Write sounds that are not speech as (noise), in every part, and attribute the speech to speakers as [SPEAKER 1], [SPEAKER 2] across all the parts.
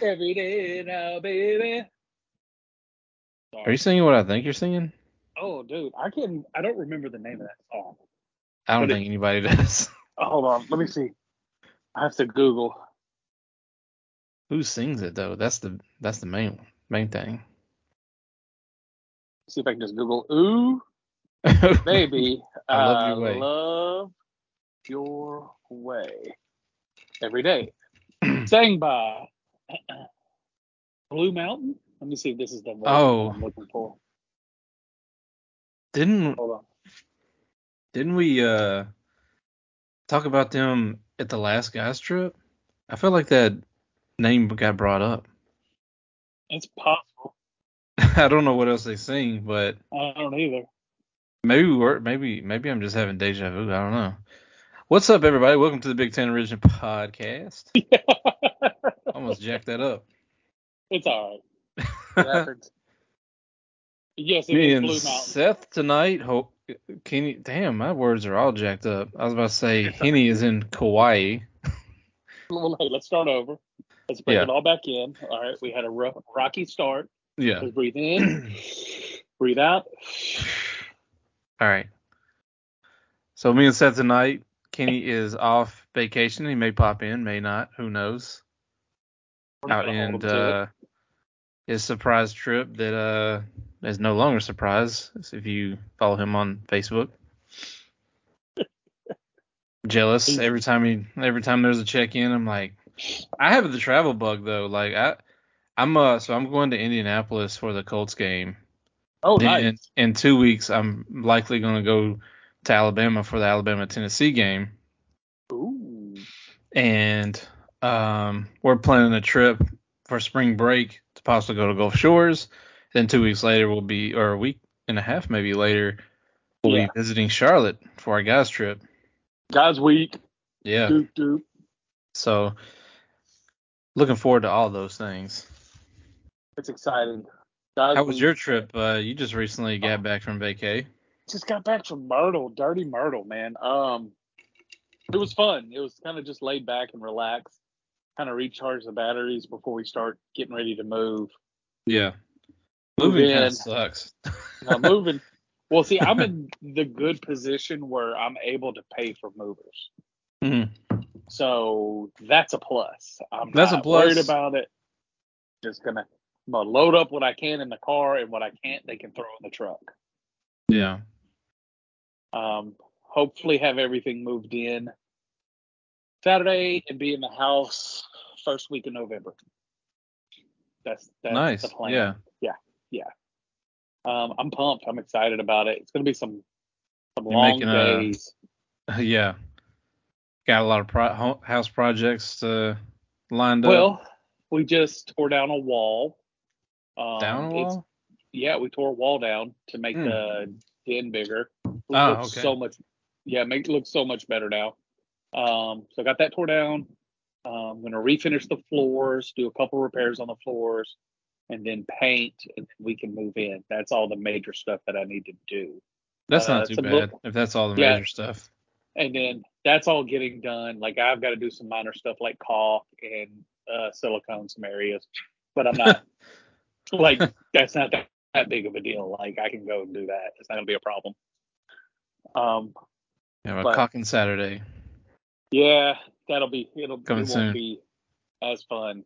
[SPEAKER 1] Every day now, baby. Sorry.
[SPEAKER 2] Are you singing what I think you're singing?
[SPEAKER 1] Oh, dude, I can. I don't remember the name of that song.
[SPEAKER 2] I don't
[SPEAKER 1] But it-
[SPEAKER 2] think anybody (laughs) does.
[SPEAKER 1] Oh, hold on, let me see. I have to Google.
[SPEAKER 2] Who sings it though? That's the that's the main main thing. (laughs)
[SPEAKER 1] See if I can just Google. Ooh, baby,
[SPEAKER 2] (laughs) I love
[SPEAKER 1] I
[SPEAKER 2] your way.
[SPEAKER 1] love your way. Every
[SPEAKER 2] (clears throat)
[SPEAKER 1] day. Sang by (clears throat) Blue Mountain. Let me see if this is the voice
[SPEAKER 2] Oh.
[SPEAKER 1] I'm looking for.
[SPEAKER 2] didn't
[SPEAKER 1] Hold on.
[SPEAKER 2] didn't we uh talk about them at the last guys trip? I feel like that name got brought up. (laughs)
[SPEAKER 1] It's possible.
[SPEAKER 2] I don't know what else they sing, but
[SPEAKER 1] I don't either.
[SPEAKER 2] Maybe we were. Maybe maybe I'm just having deja vu. I don't know. What's up, everybody? Welcome to the Big Ten Origin Podcast.
[SPEAKER 1] (laughs)
[SPEAKER 2] Almost jacked that up.
[SPEAKER 1] it's all
[SPEAKER 2] (laughs)
[SPEAKER 1] right. It happens. yes, it
[SPEAKER 2] Me
[SPEAKER 1] is
[SPEAKER 2] and
[SPEAKER 1] Blue Mountain.
[SPEAKER 2] Seth tonight. Hope can you, damn, my words are all jacked up. I was about to say Henny is in Kauai.
[SPEAKER 1] Well, hey, let's start over. Let's bring
[SPEAKER 2] Yeah.
[SPEAKER 1] it all back in. All right, we had a rough, rocky start.
[SPEAKER 2] Yeah.
[SPEAKER 1] Let's breathe
[SPEAKER 2] (clears throat)
[SPEAKER 1] in, breathe out.
[SPEAKER 2] All right. So me and Seth tonight. Kenny is off vacation. He may pop in, may not. Who knows?
[SPEAKER 1] We're not
[SPEAKER 2] out
[SPEAKER 1] gonna hold
[SPEAKER 2] and
[SPEAKER 1] him to it.
[SPEAKER 2] uh, his surprise trip that uh is no longer a surprise if you follow him on
[SPEAKER 1] (laughs)
[SPEAKER 2] Facebook. Jealous every time he every time there's a check in, I'm like, I have the travel bug though. Like I, I'm uh so I'm going to Indianapolis for the Colts game.
[SPEAKER 1] oh,
[SPEAKER 2] Then
[SPEAKER 1] nice.
[SPEAKER 2] in, in two weeks, I'm likely going to go to Alabama for the Alabama Tennessee game
[SPEAKER 1] Ooh.
[SPEAKER 2] and um, we're planning a trip for spring break to possibly go to Gulf Shores. Then two weeks later, we'll be, or a week and a half maybe later, we'll
[SPEAKER 1] Yeah.
[SPEAKER 2] be visiting Charlotte for our guys trip.
[SPEAKER 1] Guys, week.
[SPEAKER 2] Yeah.
[SPEAKER 1] Doop doop.
[SPEAKER 2] So looking forward to all those things.
[SPEAKER 1] It's exciting. Guys,
[SPEAKER 2] How was
[SPEAKER 1] week.
[SPEAKER 2] your trip? Uh, you just recently got back from vacay.
[SPEAKER 1] just got back from Myrtle, Dirty Myrtle, man. Um, it was fun. It was kind of just laid back and relaxed, kind of recharge the batteries before we start getting ready to move.
[SPEAKER 2] Yeah.
[SPEAKER 1] Move
[SPEAKER 2] Moving kind
[SPEAKER 1] in.
[SPEAKER 2] of sucks. (laughs)
[SPEAKER 1] Now moving. Well, see, I'm in the good position where I'm able to pay for movers,
[SPEAKER 2] Mhm.
[SPEAKER 1] so that's a plus. I'm
[SPEAKER 2] That's a
[SPEAKER 1] not
[SPEAKER 2] plus.
[SPEAKER 1] worried about it. Just gonna, I'm gonna load up what I can in the car, and what I can't, they can throw in the truck.
[SPEAKER 2] Yeah.
[SPEAKER 1] um, hopefully have everything moved in Saturday and be in the house first week of November. That's that's
[SPEAKER 2] nice.
[SPEAKER 1] the plan.
[SPEAKER 2] Yeah. (laughs)
[SPEAKER 1] Um, I'm pumped. I'm excited about it. It's gonna be some some
[SPEAKER 2] You're
[SPEAKER 1] long
[SPEAKER 2] making a-
[SPEAKER 1] days.
[SPEAKER 2] Yeah. Got a lot of pro- ho- house projects uh, lined up.
[SPEAKER 1] Well, we just tore down a wall. Um,
[SPEAKER 2] down a
[SPEAKER 1] it's-
[SPEAKER 2] wall?
[SPEAKER 1] Yeah, we tore a wall down to make
[SPEAKER 2] Hmm.
[SPEAKER 1] the den bigger. It
[SPEAKER 2] Ah,
[SPEAKER 1] looks
[SPEAKER 2] okay.
[SPEAKER 1] so much yeah, make it look so much better now. Um so I got that tore down. Um, I'm gonna refinish the floors, do a couple repairs on the floors, and then paint and then we can move in. That's all the major stuff that I need to do.
[SPEAKER 2] That's
[SPEAKER 1] uh,
[SPEAKER 2] not too
[SPEAKER 1] it's a
[SPEAKER 2] bad
[SPEAKER 1] book.
[SPEAKER 2] if that's all the
[SPEAKER 1] Yeah.
[SPEAKER 2] major stuff.
[SPEAKER 1] And then that's all getting done. Like I've got to do some minor stuff like caulk and uh silicone some areas. But I'm
[SPEAKER 2] (laughs)
[SPEAKER 1] not like that's not that, that big of a deal. Like I can go and do that. It's not gonna be a problem. Um
[SPEAKER 2] You have a
[SPEAKER 1] But-
[SPEAKER 2] cocking Saturday.
[SPEAKER 1] Yeah, that'll be it'll it
[SPEAKER 2] Coming
[SPEAKER 1] won't
[SPEAKER 2] soon.
[SPEAKER 1] be as fun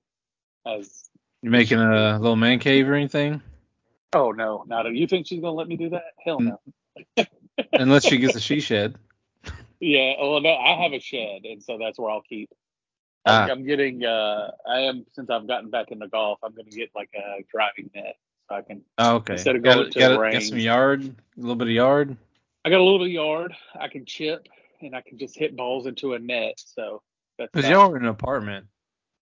[SPEAKER 1] as
[SPEAKER 2] You making a little man cave or anything?
[SPEAKER 1] oh no, not you think she's gonna let me do that?
[SPEAKER 2] Mm.
[SPEAKER 1] Hell no.
[SPEAKER 2] Unless she gets a
[SPEAKER 1] (laughs)
[SPEAKER 2] she shed.
[SPEAKER 1] Yeah, well no, I have a shed and so that's where I'll keep. Like,
[SPEAKER 2] Ah.
[SPEAKER 1] I'm getting uh I am since I've gotten back into golf, I'm gonna get like a driving net so I can
[SPEAKER 2] Oh, okay.
[SPEAKER 1] Instead of
[SPEAKER 2] Got
[SPEAKER 1] going
[SPEAKER 2] a-
[SPEAKER 1] to
[SPEAKER 2] got
[SPEAKER 1] the
[SPEAKER 2] a- got
[SPEAKER 1] range.
[SPEAKER 2] some yard, a little bit of yard.
[SPEAKER 1] I got a little yard, I can chip and I can just hit balls into a net. So that's
[SPEAKER 2] Because
[SPEAKER 1] about-
[SPEAKER 2] y'all were in an apartment,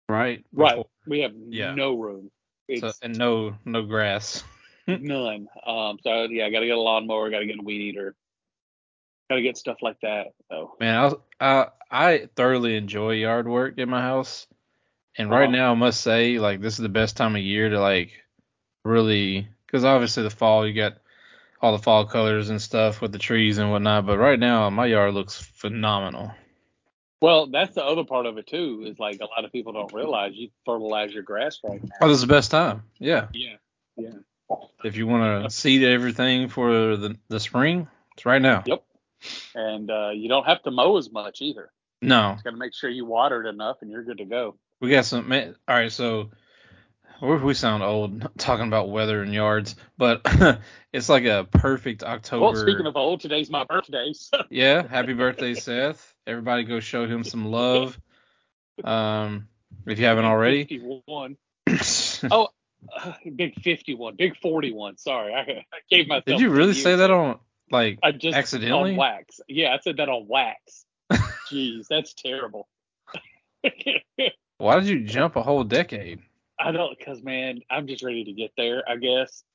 [SPEAKER 2] right?
[SPEAKER 1] right.
[SPEAKER 2] Before-
[SPEAKER 1] We have
[SPEAKER 2] Yeah.
[SPEAKER 1] no room. It's
[SPEAKER 2] So, and no no grass.
[SPEAKER 1] None. Um. So yeah, I gotta get a lawnmower. Gotta get a weed eater. Gotta get stuff like that. So
[SPEAKER 2] Man, I was, I I thoroughly enjoy yard work in my house, and right
[SPEAKER 1] Uh-huh.
[SPEAKER 2] now I must say like this is the best time of year to like really because obviously the fall you got all the fall colors and stuff with the trees and whatnot, but right now my yard looks phenomenal.
[SPEAKER 1] Well, that's the other part of it too. Is like a lot of people don't realize you fertilize your grass right now.
[SPEAKER 2] Oh, this is the best time. Yeah.
[SPEAKER 1] Yeah, yeah.
[SPEAKER 2] If you want to seed everything for the, the spring, it's right now.
[SPEAKER 1] Yep. And uh, you don't have to mow as much either.
[SPEAKER 2] No,
[SPEAKER 1] Just got to make sure you watered enough, and you're good to go.
[SPEAKER 2] we got some. Man, all right, so we we sound old (laughs) talking about weather and yards, but (laughs) it's like a perfect October.
[SPEAKER 1] Well, speaking of old, today's my birthday. (laughs) So
[SPEAKER 2] yeah, happy birthday, Seth. Everybody go show him some love. Um, if you
[SPEAKER 1] (laughs)
[SPEAKER 2] haven't already. (laughs)
[SPEAKER 1] 51. Uh, (sighs) big 51. Big 41. Sorry, I, I gave myself.
[SPEAKER 2] Did you
[SPEAKER 1] two
[SPEAKER 2] really
[SPEAKER 1] years.
[SPEAKER 2] say that on like
[SPEAKER 1] I just
[SPEAKER 2] accidentally?
[SPEAKER 1] on wax. Yeah, I said that on wax.
[SPEAKER 2] (laughs)
[SPEAKER 1] Jeez, that's terrible. (laughs)
[SPEAKER 2] Why did you jump a whole decade?
[SPEAKER 1] I don't, cause man, I'm just ready to get there. I guess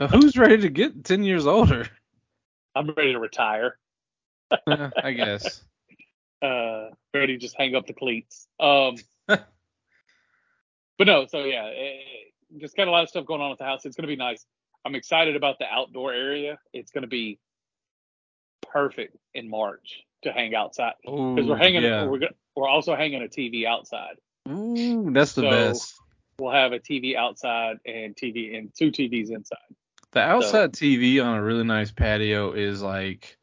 [SPEAKER 2] Now, who's ready to get ten years older? (laughs)
[SPEAKER 1] I'm ready to retire.
[SPEAKER 2] Eh,
[SPEAKER 1] (laughs)
[SPEAKER 2] I guess.
[SPEAKER 1] uh ready to just hang up the cleats um but no so yeah eh, just got a lot of stuff going on at the house it's going to be nice i'm excited about the outdoor area it's going to be perfect in march to hang outside because
[SPEAKER 2] Ooh,
[SPEAKER 1] we're hanging
[SPEAKER 2] Yeah.
[SPEAKER 1] we're, go- we're also hanging a tv outside
[SPEAKER 2] Ooh, that's the
[SPEAKER 1] So-
[SPEAKER 2] best.
[SPEAKER 1] we'll have a tv outside and tv and two tvs inside
[SPEAKER 2] The outside TV on a really nice patio is like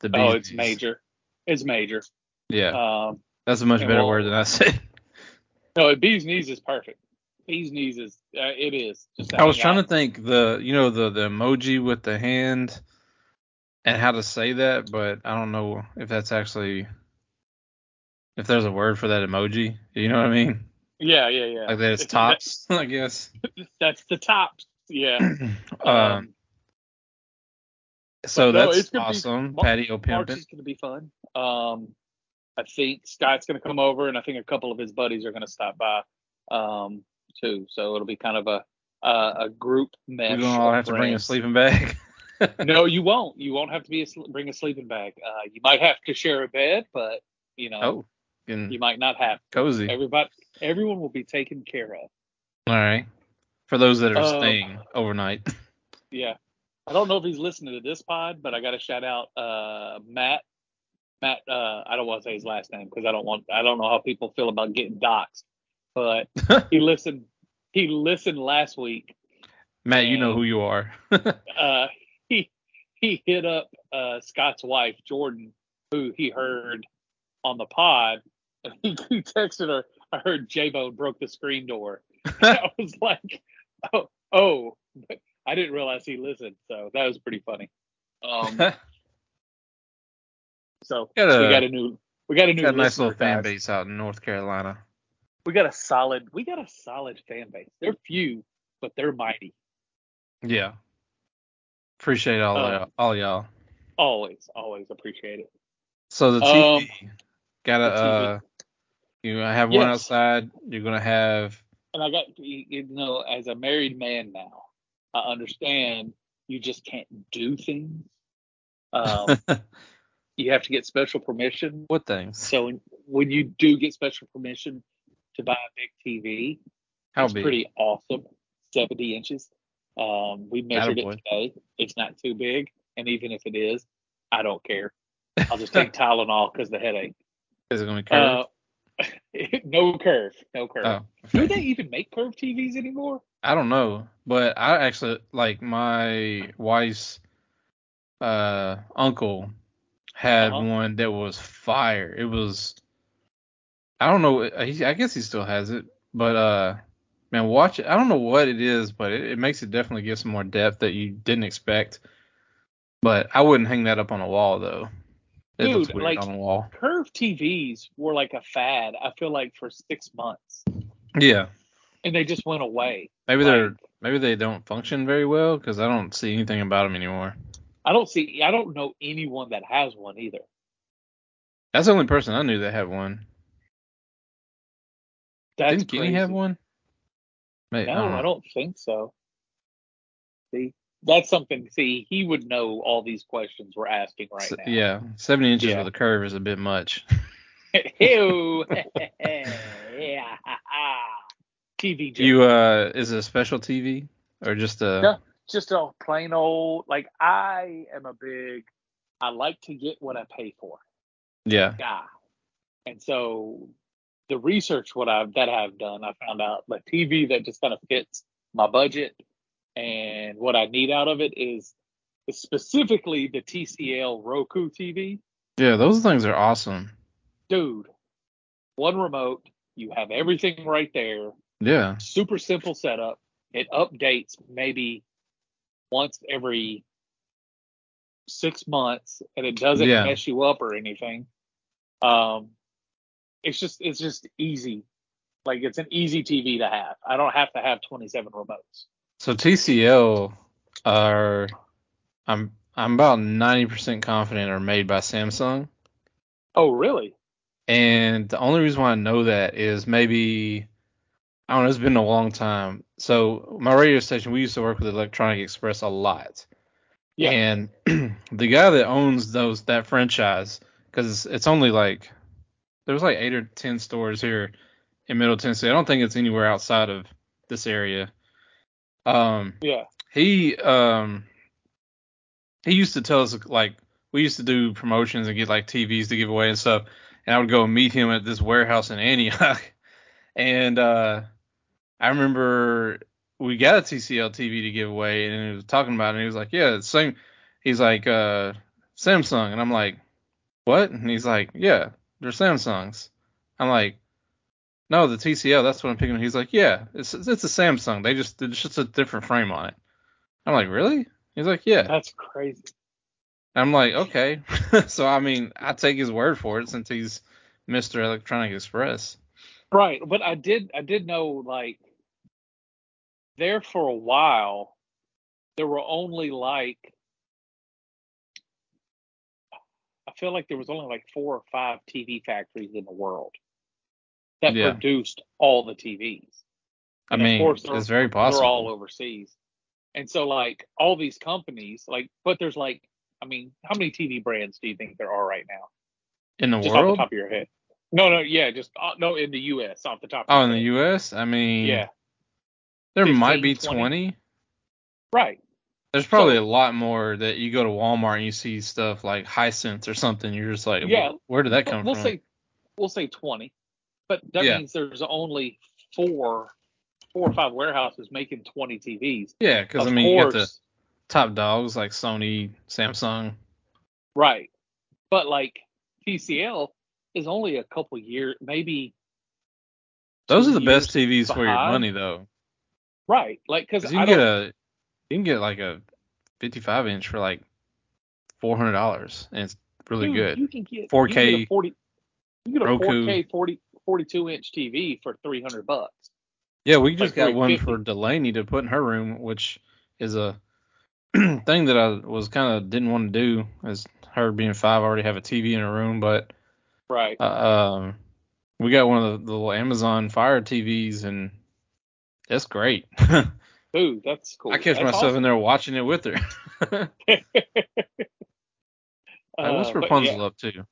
[SPEAKER 2] the bee's
[SPEAKER 1] oh it's
[SPEAKER 2] knees.
[SPEAKER 1] major it's major
[SPEAKER 2] Yeah,
[SPEAKER 1] um
[SPEAKER 2] that's a much
[SPEAKER 1] and
[SPEAKER 2] better
[SPEAKER 1] we'll-
[SPEAKER 2] word than I said.
[SPEAKER 1] no bees knees is perfect bees knees is uh, it is just to
[SPEAKER 2] I was
[SPEAKER 1] hang
[SPEAKER 2] trying
[SPEAKER 1] out.
[SPEAKER 2] to think the you know the the emoji with the hand and how to say that, but I don't know if that's actually if there's a word for that emoji. You know what I mean?
[SPEAKER 1] yeah yeah yeah
[SPEAKER 2] Like that it's tops, (laughs)
[SPEAKER 1] (laughs)
[SPEAKER 2] I guess.
[SPEAKER 1] that's the tops.
[SPEAKER 2] (clears throat)
[SPEAKER 1] Yeah.
[SPEAKER 2] Um, so
[SPEAKER 1] but Uh, no, it's
[SPEAKER 2] that's
[SPEAKER 1] gonna be
[SPEAKER 2] awesome.
[SPEAKER 1] Mar-
[SPEAKER 2] Patio
[SPEAKER 1] March
[SPEAKER 2] pimping.
[SPEAKER 1] is going to be fun. Um, I think Scott's going to come over, and I think a couple of his buddies are going to stop by um, too. So it'll be kind of a uh, a group mesh.
[SPEAKER 2] We're gonna all
[SPEAKER 1] of
[SPEAKER 2] have to bring a
[SPEAKER 1] friends.
[SPEAKER 2] sleeping bag. (laughs)
[SPEAKER 1] No, you won't. You won't have to be a sl- bring a sleeping bag. Uh, you might have to share a bed, but you know
[SPEAKER 2] Oh, Mm-hmm. getting
[SPEAKER 1] Uh, you might not have.
[SPEAKER 2] cozy.
[SPEAKER 1] Everybody, everyone will be taken care of.
[SPEAKER 2] All right. For those that are
[SPEAKER 1] Uh,
[SPEAKER 2] staying overnight. (laughs)
[SPEAKER 1] Yeah. I don't know if he's listening to this pod, but I got to shout out uh, Matt. Matt, uh, I don't want to say his last name because I don't want. I don't know how people feel about getting doxxed, but he listened. He listened last week.
[SPEAKER 2] Matt, you know
[SPEAKER 1] and-
[SPEAKER 2] who you are.
[SPEAKER 1] Uh, he he hit up uh, Scott's wife Jordan, who he heard on the pod, and he, he texted her. I heard J Bone broke the screen door.
[SPEAKER 2] (laughs)
[SPEAKER 1] I was like, oh, oh, I didn't realize he listened, so that was pretty funny. Um,
[SPEAKER 2] (laughs) got
[SPEAKER 1] so
[SPEAKER 2] Got
[SPEAKER 1] we
[SPEAKER 2] a-
[SPEAKER 1] got a new, we got a new
[SPEAKER 2] a nice
[SPEAKER 1] listener,
[SPEAKER 2] little fan
[SPEAKER 1] guys.
[SPEAKER 2] base out in North Carolina.
[SPEAKER 1] We got a solid, we got a solid fan base. They're few, but they're mighty.
[SPEAKER 2] Yeah. Appreciate all
[SPEAKER 1] Um,
[SPEAKER 2] y'all, all y'all.
[SPEAKER 1] Always, always appreciate it.
[SPEAKER 2] So the
[SPEAKER 1] um,
[SPEAKER 2] TV got a
[SPEAKER 1] the TV.
[SPEAKER 2] uh you gonna have one
[SPEAKER 1] Yes.
[SPEAKER 2] outside, you're gonna have
[SPEAKER 1] And I got, you you know, as a married man now, I understand you just can't do things.
[SPEAKER 2] (laughs)
[SPEAKER 1] Um, you have to get special permission
[SPEAKER 2] what things?
[SPEAKER 1] So when, when you do get special permission to buy a big TV,
[SPEAKER 2] How
[SPEAKER 1] it's
[SPEAKER 2] big?
[SPEAKER 1] pretty awesome. 70 inches. Um, we measured
[SPEAKER 2] Attaboy.
[SPEAKER 1] it today. It's not too big, and even if it is, I don't care. I'll just
[SPEAKER 2] (laughs)
[SPEAKER 1] take Tylenol because the headache.
[SPEAKER 2] Is it gonna be curved?
[SPEAKER 1] Uh, (laughs) no curve, no curve.
[SPEAKER 2] oh,
[SPEAKER 1] Do
[SPEAKER 2] okay.
[SPEAKER 1] they even make curved TVs anymore?
[SPEAKER 2] I don't know, but I actually like my wife's uh uncle had
[SPEAKER 1] Uh-huh.
[SPEAKER 2] one that was fire. It was I don't know. uh, He, I guess he still has it, but uh, man, watch it. I don't know what it is, but it, it makes it definitely give some more depth that you didn't expect. But I wouldn't hang that up on a wall though. It looks
[SPEAKER 1] Dude,
[SPEAKER 2] weird
[SPEAKER 1] like-
[SPEAKER 2] on a wall.
[SPEAKER 1] Curved TVs were like a fad. I feel like for six months,
[SPEAKER 2] Yeah,
[SPEAKER 1] and they just went away.
[SPEAKER 2] maybe
[SPEAKER 1] Like-
[SPEAKER 2] they're maybe they don't function very well because I don't see anything about them anymore.
[SPEAKER 1] I don't see. I don't know anyone that has one either.
[SPEAKER 2] That's the only person I knew that had one.
[SPEAKER 1] That's
[SPEAKER 2] Didn't Kenny
[SPEAKER 1] crazy.
[SPEAKER 2] have one? Uh-huh. May-
[SPEAKER 1] No, I don't think so. See, that's something. See, he would know all these questions we're asking right
[SPEAKER 2] S-
[SPEAKER 1] now.
[SPEAKER 2] Yeah, seventy inches
[SPEAKER 1] Yeah.
[SPEAKER 2] with a curve is a bit much.
[SPEAKER 1] (laughs) Ew. (laughs) yeah. TV joke.
[SPEAKER 2] You uh, is it a special TV or just a?
[SPEAKER 1] No. Just a plain old. Like I am a big. I like to get what I pay for.
[SPEAKER 2] Yeah,
[SPEAKER 1] Guy. And so the research what I've that I've done, I found out the TV that just kind of fits my budget and what I need out of it is specifically the TCL Roku TV.
[SPEAKER 2] Yeah, those things are awesome.
[SPEAKER 1] Dude, one remote, you have everything right there.
[SPEAKER 2] Yeah.
[SPEAKER 1] Super simple setup. It updates maybe once every six months and it doesn't
[SPEAKER 2] Yeah.
[SPEAKER 1] mess you up or anything. Um it's just it's just easy. Like it's an easy TV to have. I don't have to have 27 remotes.
[SPEAKER 2] So TCL are I'm I'm about 90% confident are made by Samsung.
[SPEAKER 1] Oh, really?
[SPEAKER 2] And the only reason why I know that is maybe I don't know, it's been a long time. So my radio station, we used to work with Electronic Express a lot.
[SPEAKER 1] Yeah.
[SPEAKER 2] And (clears throat) the guy that owns those that franchise, because it's, it's only like there's like eight or ten stores here in Middle Tennessee. I don't think it's anywhere outside of this area. Um,
[SPEAKER 1] Yeah.
[SPEAKER 2] he um he used to tell us like we used to do promotions and get like TVs to give away and stuff. And I would go and meet him at this warehouse in Antioch. (laughs) And uh I remember we got a TCL TV to give away and he was talking about it and he was like, Yeah, it's same he's like, uh Samsung and I'm like, What? And he's like, Yeah, they're Samsungs. I'm like, No, the TCL, that's what I'm picking. He's like, Yeah, it's it's a Samsung. They just it's just a different frame on it. I'm like, Really? He's like, Yeah.
[SPEAKER 1] That's crazy.
[SPEAKER 2] I'm like, okay. (laughs) so I mean, I take his word for it since he's Mr. Electronic Express.
[SPEAKER 1] Right, but I did I did know like there for a while there were only like I feel like there was only like four or five TV factories in the world that
[SPEAKER 2] Yeah.
[SPEAKER 1] produced all the TVs.
[SPEAKER 2] I
[SPEAKER 1] And of
[SPEAKER 2] mean,
[SPEAKER 1] course they're-
[SPEAKER 2] it's very possible.
[SPEAKER 1] They're all overseas. And so like all these companies like but there's like I mean, how many TV brands do you think there are right now?
[SPEAKER 2] in the
[SPEAKER 1] Just off the
[SPEAKER 2] world.
[SPEAKER 1] top of your head. No, no, yeah, just uh, no in the US off the top of
[SPEAKER 2] oh,
[SPEAKER 1] your
[SPEAKER 2] in the E.
[SPEAKER 1] head.
[SPEAKER 2] U.S. I mean,
[SPEAKER 1] Yeah.
[SPEAKER 2] there
[SPEAKER 1] 15,
[SPEAKER 2] might be 20.
[SPEAKER 1] 20. Right.
[SPEAKER 2] There's probably a lot more that you go to Walmart and you see stuff like Hisense or something. You're just like,
[SPEAKER 1] Yeah.
[SPEAKER 2] yeah, where did that come
[SPEAKER 1] we'll
[SPEAKER 2] from?
[SPEAKER 1] say we'll say 20 but that
[SPEAKER 2] Yeah.
[SPEAKER 1] means there's only four four or five warehouses making 20 tvs
[SPEAKER 2] yeah, because
[SPEAKER 1] of
[SPEAKER 2] I mean,
[SPEAKER 1] course
[SPEAKER 2] you got the top dogs like Sony, Samsung.
[SPEAKER 1] right but like tcl is only a couple years maybe
[SPEAKER 2] Those
[SPEAKER 1] two
[SPEAKER 2] are the best
[SPEAKER 1] years
[SPEAKER 2] TVs for your
[SPEAKER 1] behind.
[SPEAKER 2] money though.
[SPEAKER 1] right like because
[SPEAKER 2] 'Cause
[SPEAKER 1] i
[SPEAKER 2] you can
[SPEAKER 1] don't
[SPEAKER 2] get a you can get like a 55 inch for like 400 dollars and it's really
[SPEAKER 1] dude,
[SPEAKER 2] good
[SPEAKER 1] you can get you can get a
[SPEAKER 2] 4K
[SPEAKER 1] 40 you get a
[SPEAKER 2] Roku.
[SPEAKER 1] 4k 40 42 inch tv for 300 bucks
[SPEAKER 2] yeah we just
[SPEAKER 1] like
[SPEAKER 2] got one
[SPEAKER 1] 350.
[SPEAKER 2] for delaney to put in her room which is a (clears throat) thing that i was kind of didn't want to do as her being five I already have a tv in her room but
[SPEAKER 1] right
[SPEAKER 2] uh, um we got one of the, the little amazon fire tvs and that's great i
[SPEAKER 1] dude that's cool
[SPEAKER 2] catch
[SPEAKER 1] That's
[SPEAKER 2] myself in
[SPEAKER 1] awesome.
[SPEAKER 2] there watching it with her (laughs) Like, what's
[SPEAKER 1] Uh, but yeah.
[SPEAKER 2] rapunzel up to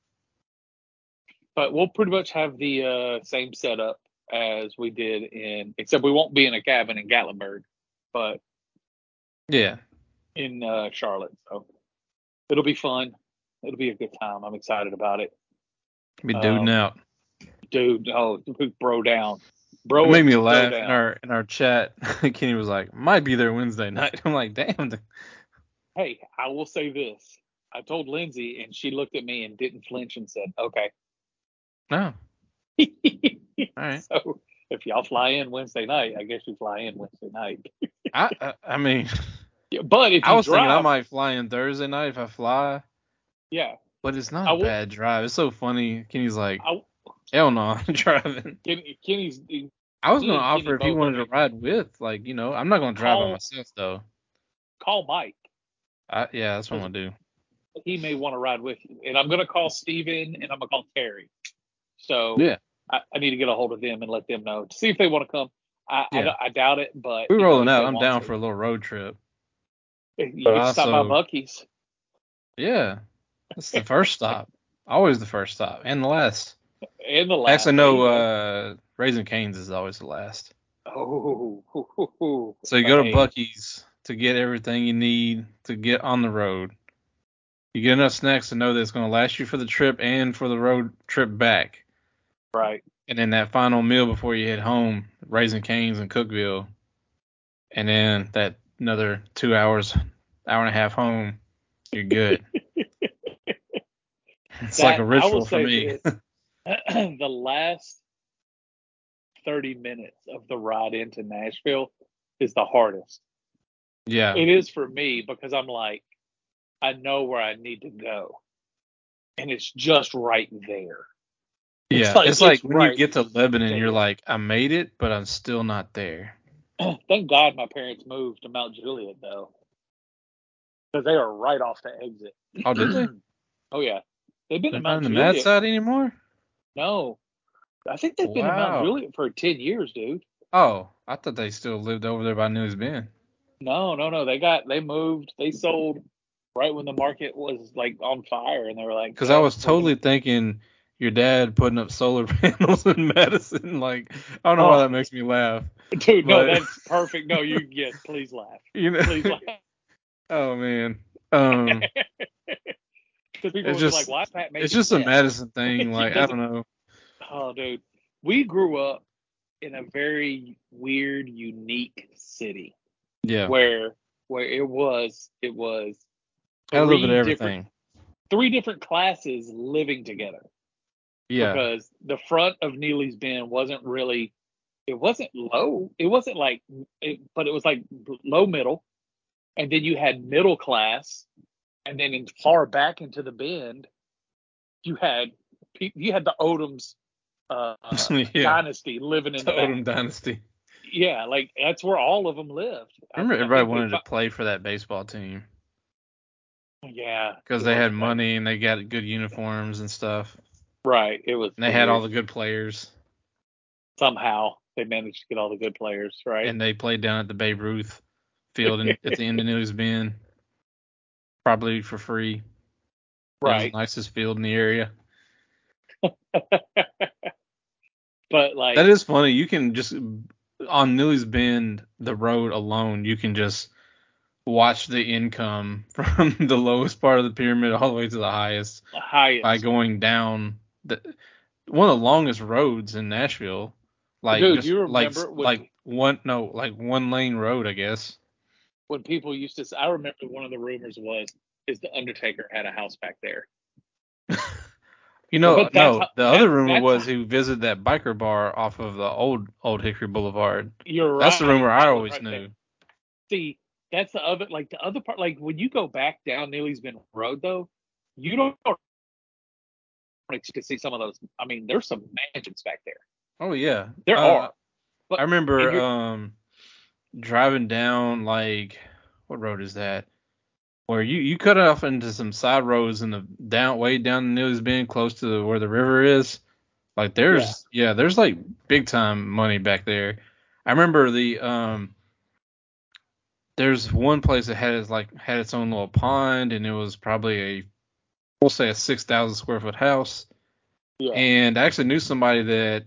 [SPEAKER 1] but we'll pretty much have the uh, same setup as we did in, except we won't be in a cabin in Gatlinburg, but
[SPEAKER 2] yeah
[SPEAKER 1] in uh, Charlotte. So it'll be fun. It'll be a good time. I'm excited about it,
[SPEAKER 2] be
[SPEAKER 1] Um,
[SPEAKER 2] duding out
[SPEAKER 1] dude. Oh, bro, down, bro.
[SPEAKER 2] it made me
[SPEAKER 1] bro
[SPEAKER 2] laugh in
[SPEAKER 1] down.
[SPEAKER 2] our in our chat. (laughs) Kenny was like, "Might be there Wednesday night." (laughs) I'm like, "Damn."
[SPEAKER 1] Hey, I will say this. I told Lindsay, and she looked at me and didn't flinch and said, "Okay." (laughs)
[SPEAKER 2] No. All
[SPEAKER 1] (laughs)
[SPEAKER 2] right.
[SPEAKER 1] So if y'all fly in Wednesday night, I guess you fly in Wednesday night.
[SPEAKER 2] I I, I mean,
[SPEAKER 1] Yeah, But if you
[SPEAKER 2] I was
[SPEAKER 1] drive,
[SPEAKER 2] thinking I might fly in Thursday night if I fly,
[SPEAKER 1] yeah,
[SPEAKER 2] but it's not
[SPEAKER 1] I
[SPEAKER 2] a
[SPEAKER 1] will-
[SPEAKER 2] bad drive. It's so funny. Kenny's like,
[SPEAKER 1] I,
[SPEAKER 2] "Hell no, I'm (laughs) driving."
[SPEAKER 1] Kenny, Kenny's
[SPEAKER 2] I was
[SPEAKER 1] Me
[SPEAKER 2] gonna
[SPEAKER 1] and Kenny
[SPEAKER 2] offer if he
[SPEAKER 1] both
[SPEAKER 2] wanted to
[SPEAKER 1] agree.
[SPEAKER 2] ride with, like, you know, I'm not gonna drive
[SPEAKER 1] Oh.
[SPEAKER 2] by myself though.
[SPEAKER 1] call Mike.
[SPEAKER 2] I, yeah, that's what I'm gonna do.
[SPEAKER 1] He may want to ride with you. And I'm going to call Steven and I'm going to call Terry. So
[SPEAKER 2] Yeah.
[SPEAKER 1] I, I need to get a hold of them and let them know to see if they want to come. I, I
[SPEAKER 2] Yeah.
[SPEAKER 1] don't- I, doubt it, but
[SPEAKER 2] We're
[SPEAKER 1] you know,
[SPEAKER 2] rolling
[SPEAKER 1] if
[SPEAKER 2] out.
[SPEAKER 1] they
[SPEAKER 2] I'm
[SPEAKER 1] want
[SPEAKER 2] down
[SPEAKER 1] to,
[SPEAKER 2] for a little road trip.
[SPEAKER 1] You
[SPEAKER 2] but
[SPEAKER 1] can stop by
[SPEAKER 2] also-
[SPEAKER 1] Bucky's.
[SPEAKER 2] Yeah, that's the
[SPEAKER 1] (laughs)
[SPEAKER 2] first stop. Always the first stop and the last.
[SPEAKER 1] And the last.
[SPEAKER 2] Actually, no. Uh, Raising Canes is always the last.
[SPEAKER 1] oh, (laughs) hoo, hoo, hoo.
[SPEAKER 2] So you go
[SPEAKER 1] Hey,
[SPEAKER 2] to Bucky's to get everything you need to get on the road. You get enough snacks to know that it's going to last you for the trip and for the road trip back.
[SPEAKER 1] Right.
[SPEAKER 2] and then that final meal before you head home, Raising Canes and Cookville, and then that another two hours, hour and a half home,
[SPEAKER 1] (laughs)
[SPEAKER 2] you're good. it's like
[SPEAKER 1] That-
[SPEAKER 2] a
[SPEAKER 1] I
[SPEAKER 2] ritual
[SPEAKER 1] will
[SPEAKER 2] for
[SPEAKER 1] say
[SPEAKER 2] me. (laughs)
[SPEAKER 1] this, (clears throat) the last 30 minutes of the ride into Nashville is the hardest.
[SPEAKER 2] yeah,
[SPEAKER 1] It is for me because I'm like, I know where I need to go. And it's just right there.
[SPEAKER 2] yeah. It's
[SPEAKER 1] like-
[SPEAKER 2] like,
[SPEAKER 1] it's
[SPEAKER 2] when
[SPEAKER 1] right
[SPEAKER 2] you get to Lebanon,
[SPEAKER 1] there.
[SPEAKER 2] you're like, I made it, but I'm still not there.
[SPEAKER 1] Thank God my parents moved to Mount Juliet though, because they are right off the exit.
[SPEAKER 2] Oh, did they?
[SPEAKER 1] oh yeah, they've been
[SPEAKER 2] They're
[SPEAKER 1] in
[SPEAKER 2] not
[SPEAKER 1] Mount
[SPEAKER 2] on the
[SPEAKER 1] Juliet.
[SPEAKER 2] mad side anymore.
[SPEAKER 1] No, I think they've been in Mount
[SPEAKER 2] Wow.
[SPEAKER 1] Juliet for ten years, dude.
[SPEAKER 2] Oh, I thought they still lived over there by News Bend.
[SPEAKER 1] No, no, no. They got they moved. They sold right when the market was like on fire, and they were like.
[SPEAKER 2] Because I
[SPEAKER 1] "Oh,
[SPEAKER 2] was
[SPEAKER 1] we're
[SPEAKER 2] totally thinking your dad putting up solar (laughs) panels in Madison. Like, I don't know
[SPEAKER 1] Oh.
[SPEAKER 2] why that makes me laugh.
[SPEAKER 1] gonna-" (laughs) Dude, no,
[SPEAKER 2] but-
[SPEAKER 1] that's perfect. No, you yes, please laugh,
[SPEAKER 2] You know? (laughs)
[SPEAKER 1] please laugh.
[SPEAKER 2] Oh man.
[SPEAKER 1] (laughs)
[SPEAKER 2] Um,
[SPEAKER 1] Because people
[SPEAKER 2] It's
[SPEAKER 1] were
[SPEAKER 2] just-
[SPEAKER 1] like, "Why is Pat making
[SPEAKER 2] it's just a
[SPEAKER 1] this?"
[SPEAKER 2] Madison
[SPEAKER 1] (laughs)
[SPEAKER 2] thing.
[SPEAKER 1] It
[SPEAKER 2] Like I don't know.
[SPEAKER 1] Oh, dude, we grew up in a very weird, unique city
[SPEAKER 2] Yeah,
[SPEAKER 1] where where it was it was
[SPEAKER 2] had a little bit of
[SPEAKER 1] different-
[SPEAKER 2] everything.
[SPEAKER 1] three different classes living together
[SPEAKER 2] Yeah,
[SPEAKER 1] because the front of Neely's Bend wasn't really it wasn't low it wasn't like it, but it was like low middle and then you had middle class and then in far back into the bend you had pe- you had the Odoms uh,
[SPEAKER 2] (laughs) yeah.
[SPEAKER 1] dynasty living
[SPEAKER 2] (laughs)
[SPEAKER 1] in the back.
[SPEAKER 2] Totem Dynasty.
[SPEAKER 1] Yeah, like that's where all of them lived. I-
[SPEAKER 2] Remember,
[SPEAKER 1] I
[SPEAKER 2] everybody
[SPEAKER 1] think they
[SPEAKER 2] wanted to
[SPEAKER 1] fi-
[SPEAKER 2] play for that baseball team
[SPEAKER 1] Yeah,
[SPEAKER 2] because they had money and they got good uniforms and stuff,
[SPEAKER 1] right. It was.
[SPEAKER 2] and they had all
[SPEAKER 1] weird.
[SPEAKER 2] the good players,
[SPEAKER 1] somehow they managed to get all the good players, right?
[SPEAKER 2] and they played down at the Babe Ruth Field in, at the end of News Bend, probably for free. It was
[SPEAKER 1] right.
[SPEAKER 2] the nicest field in the area.
[SPEAKER 1] But like
[SPEAKER 2] That is funny. You can just on Newly's Bend, the road alone, you can just watch the income (laughs) from the lowest part of the pyramid all the way to the highest
[SPEAKER 1] the highest.
[SPEAKER 2] by going down the one of the longest roads in Nashville. Like
[SPEAKER 1] Dude,
[SPEAKER 2] just,
[SPEAKER 1] you
[SPEAKER 2] like
[SPEAKER 1] remember when-
[SPEAKER 2] like one no like one lane road, I guess.
[SPEAKER 1] when people used to, s- I remember one of the rumors was is the Undertaker had a house back there.
[SPEAKER 2] You know,
[SPEAKER 1] But that's
[SPEAKER 2] no.
[SPEAKER 1] how-
[SPEAKER 2] The
[SPEAKER 1] that-
[SPEAKER 2] other rumor
[SPEAKER 1] that's-
[SPEAKER 2] was he visited that biker bar off of the old old Hickory Boulevard.
[SPEAKER 1] You're right.
[SPEAKER 2] That's the rumor I
[SPEAKER 1] That was
[SPEAKER 2] always
[SPEAKER 1] right
[SPEAKER 2] knew.
[SPEAKER 1] there. See, that's the other like the other part. Like when you go back down Neely's Bend Road though, you don't expect to see some of those. I mean, there's some mansions back there.
[SPEAKER 2] Oh yeah,
[SPEAKER 1] There
[SPEAKER 2] Uh,
[SPEAKER 1] are. But-
[SPEAKER 2] I
[SPEAKER 1] and
[SPEAKER 2] remember
[SPEAKER 1] you're-
[SPEAKER 2] um driving down like what road is that? Where you you cut off into some side roads in the down way down in News Bend, close to the, where the river is. Like there's yeah. there's like big time money back there. I remember the um there's one place that had its like had its own little pond and it was probably a we'll say a six thousand square foot house.
[SPEAKER 1] Yeah.
[SPEAKER 2] And I actually knew somebody that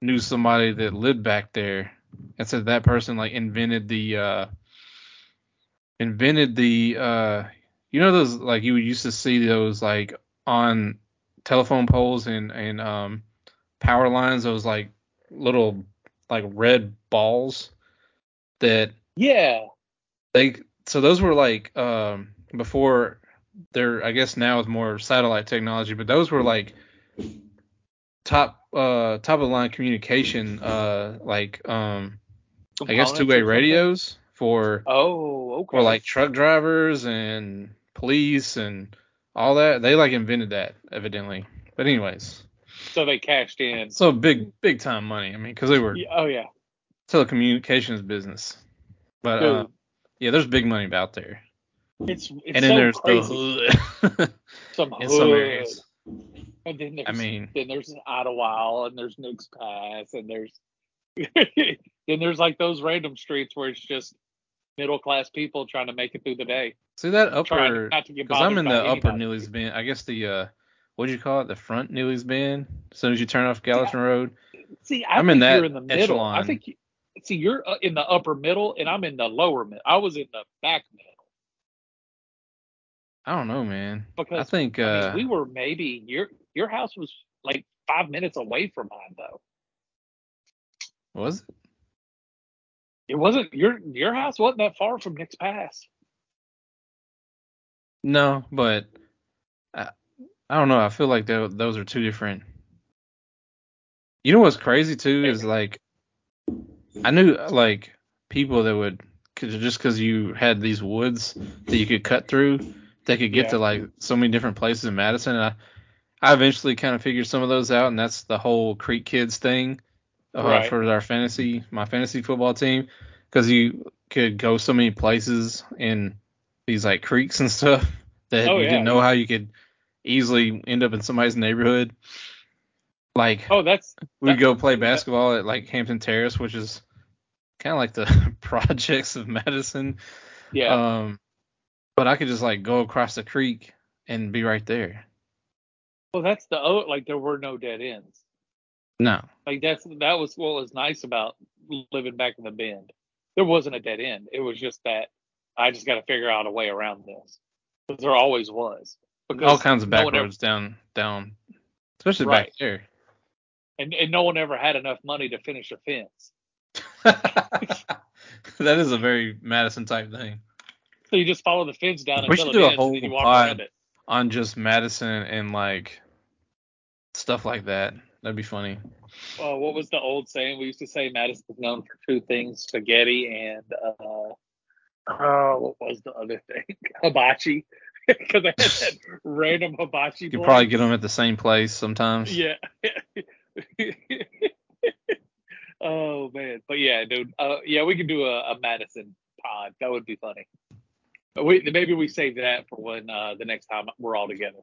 [SPEAKER 2] knew somebody that lived back there and said that person like invented the uh invented the uh you know those like you used to see those like on telephone poles and and um power lines those like little like red balls that
[SPEAKER 1] Yeah.
[SPEAKER 2] they so those were like um before they're I guess now with more satellite technology, but those were like top uh top of the line communication uh like um I guess
[SPEAKER 1] Components
[SPEAKER 2] two way
[SPEAKER 1] or something.
[SPEAKER 2] radios for
[SPEAKER 1] Oh, okay.
[SPEAKER 2] for like truck drivers and police and all that. They like invented that evidently. But anyways,
[SPEAKER 1] so they cashed in.
[SPEAKER 2] so big big time money. I mean, because they were
[SPEAKER 1] Yeah, oh yeah,
[SPEAKER 2] telecommunications business. But
[SPEAKER 1] dude,
[SPEAKER 2] uh, yeah, there's big money out there.
[SPEAKER 1] it's it's
[SPEAKER 2] and
[SPEAKER 1] so
[SPEAKER 2] then there's
[SPEAKER 1] crazy. (laughs)
[SPEAKER 2] the hood (laughs)
[SPEAKER 1] some
[SPEAKER 2] in some
[SPEAKER 1] hood,
[SPEAKER 2] areas.
[SPEAKER 1] and then there's
[SPEAKER 2] I mean,
[SPEAKER 1] then there's Idlewild, and there's Nooks Pass, and there's (laughs) then there's like those random streets where it's just middle class people trying to make it through the day,
[SPEAKER 2] see that
[SPEAKER 1] trying
[SPEAKER 2] upper
[SPEAKER 1] not to get
[SPEAKER 2] because
[SPEAKER 1] bothered.
[SPEAKER 2] I'm in
[SPEAKER 1] by
[SPEAKER 2] the upper
[SPEAKER 1] anybody.
[SPEAKER 2] Newley's Bend. I guess the uh, what do you call it? The front Newley's Bend. As soon as you turn off Gallatin Road,
[SPEAKER 1] See, I
[SPEAKER 2] I'm
[SPEAKER 1] think
[SPEAKER 2] in that
[SPEAKER 1] you're in the middle. I
[SPEAKER 2] echelon.
[SPEAKER 1] think you, see you're uh, in the upper middle, and I'm in the lower middle. I was in the back middle
[SPEAKER 2] I don't know, man. I
[SPEAKER 1] because
[SPEAKER 2] think uh,
[SPEAKER 1] I mean, we were maybe your your house was like five minutes away from mine though.
[SPEAKER 2] Was it?
[SPEAKER 1] It wasn't your your house wasn't that far from Nick's Pass.
[SPEAKER 2] No, but I, I don't know. I feel like tho- those are two different. You know what's crazy too is like I knew like people that would cause just because you had these woods that you could cut through, they could get
[SPEAKER 1] Yeah.
[SPEAKER 2] to like so many different places in Madison. And I, I eventually kind of figured some of those out, and that's the whole Creek Kids thing uh,
[SPEAKER 1] Right.
[SPEAKER 2] for our fantasy, my fantasy football team, because you could go so many places in these like creeks and stuff (laughs) that
[SPEAKER 1] Oh,
[SPEAKER 2] you
[SPEAKER 1] yeah.
[SPEAKER 2] didn't know how you could easily end up in somebody's neighborhood. Like
[SPEAKER 1] Oh, that's
[SPEAKER 2] we'd
[SPEAKER 1] that-
[SPEAKER 2] go play basketball at like Hampton Terrace, which is kind of like the (laughs) projects of Madison.
[SPEAKER 1] yeah.
[SPEAKER 2] Um, but I could just like go across the creek and be right there.
[SPEAKER 1] well, that's the oh, like there were no dead ends.
[SPEAKER 2] No,
[SPEAKER 1] Like that's that was what was nice about living back in the Bend. There wasn't a dead end. It was just that I just got to figure out a way around this because there always was. Because
[SPEAKER 2] all kinds of
[SPEAKER 1] no
[SPEAKER 2] back
[SPEAKER 1] one ever-
[SPEAKER 2] roads down down, especially
[SPEAKER 1] Right.
[SPEAKER 2] back there.
[SPEAKER 1] (laughs)
[SPEAKER 2] (laughs)
[SPEAKER 1] and, and no one ever had enough money to finish a fence.
[SPEAKER 2] that is a very Madison type thing.
[SPEAKER 1] So you just follow the fence down until
[SPEAKER 2] We should
[SPEAKER 1] it
[SPEAKER 2] do a
[SPEAKER 1] ends,
[SPEAKER 2] whole
[SPEAKER 1] and then you walk
[SPEAKER 2] pod.
[SPEAKER 1] around it.
[SPEAKER 2] on just Madison and like stuff like that. That'd be funny.
[SPEAKER 1] Uh, what was the old saying? We used to say Madison's known for two things: spaghetti and uh, uh what was the other thing? (laughs) Hibachi, because I had that random hibachi.
[SPEAKER 2] You could
[SPEAKER 1] place.
[SPEAKER 2] probably get them at the same place sometimes.
[SPEAKER 1] Yeah. (laughs) oh man, but yeah, dude. Uh, yeah, we could do a, a Madison pod. That would be funny. We, maybe we save that for when uh, the next time we're all together.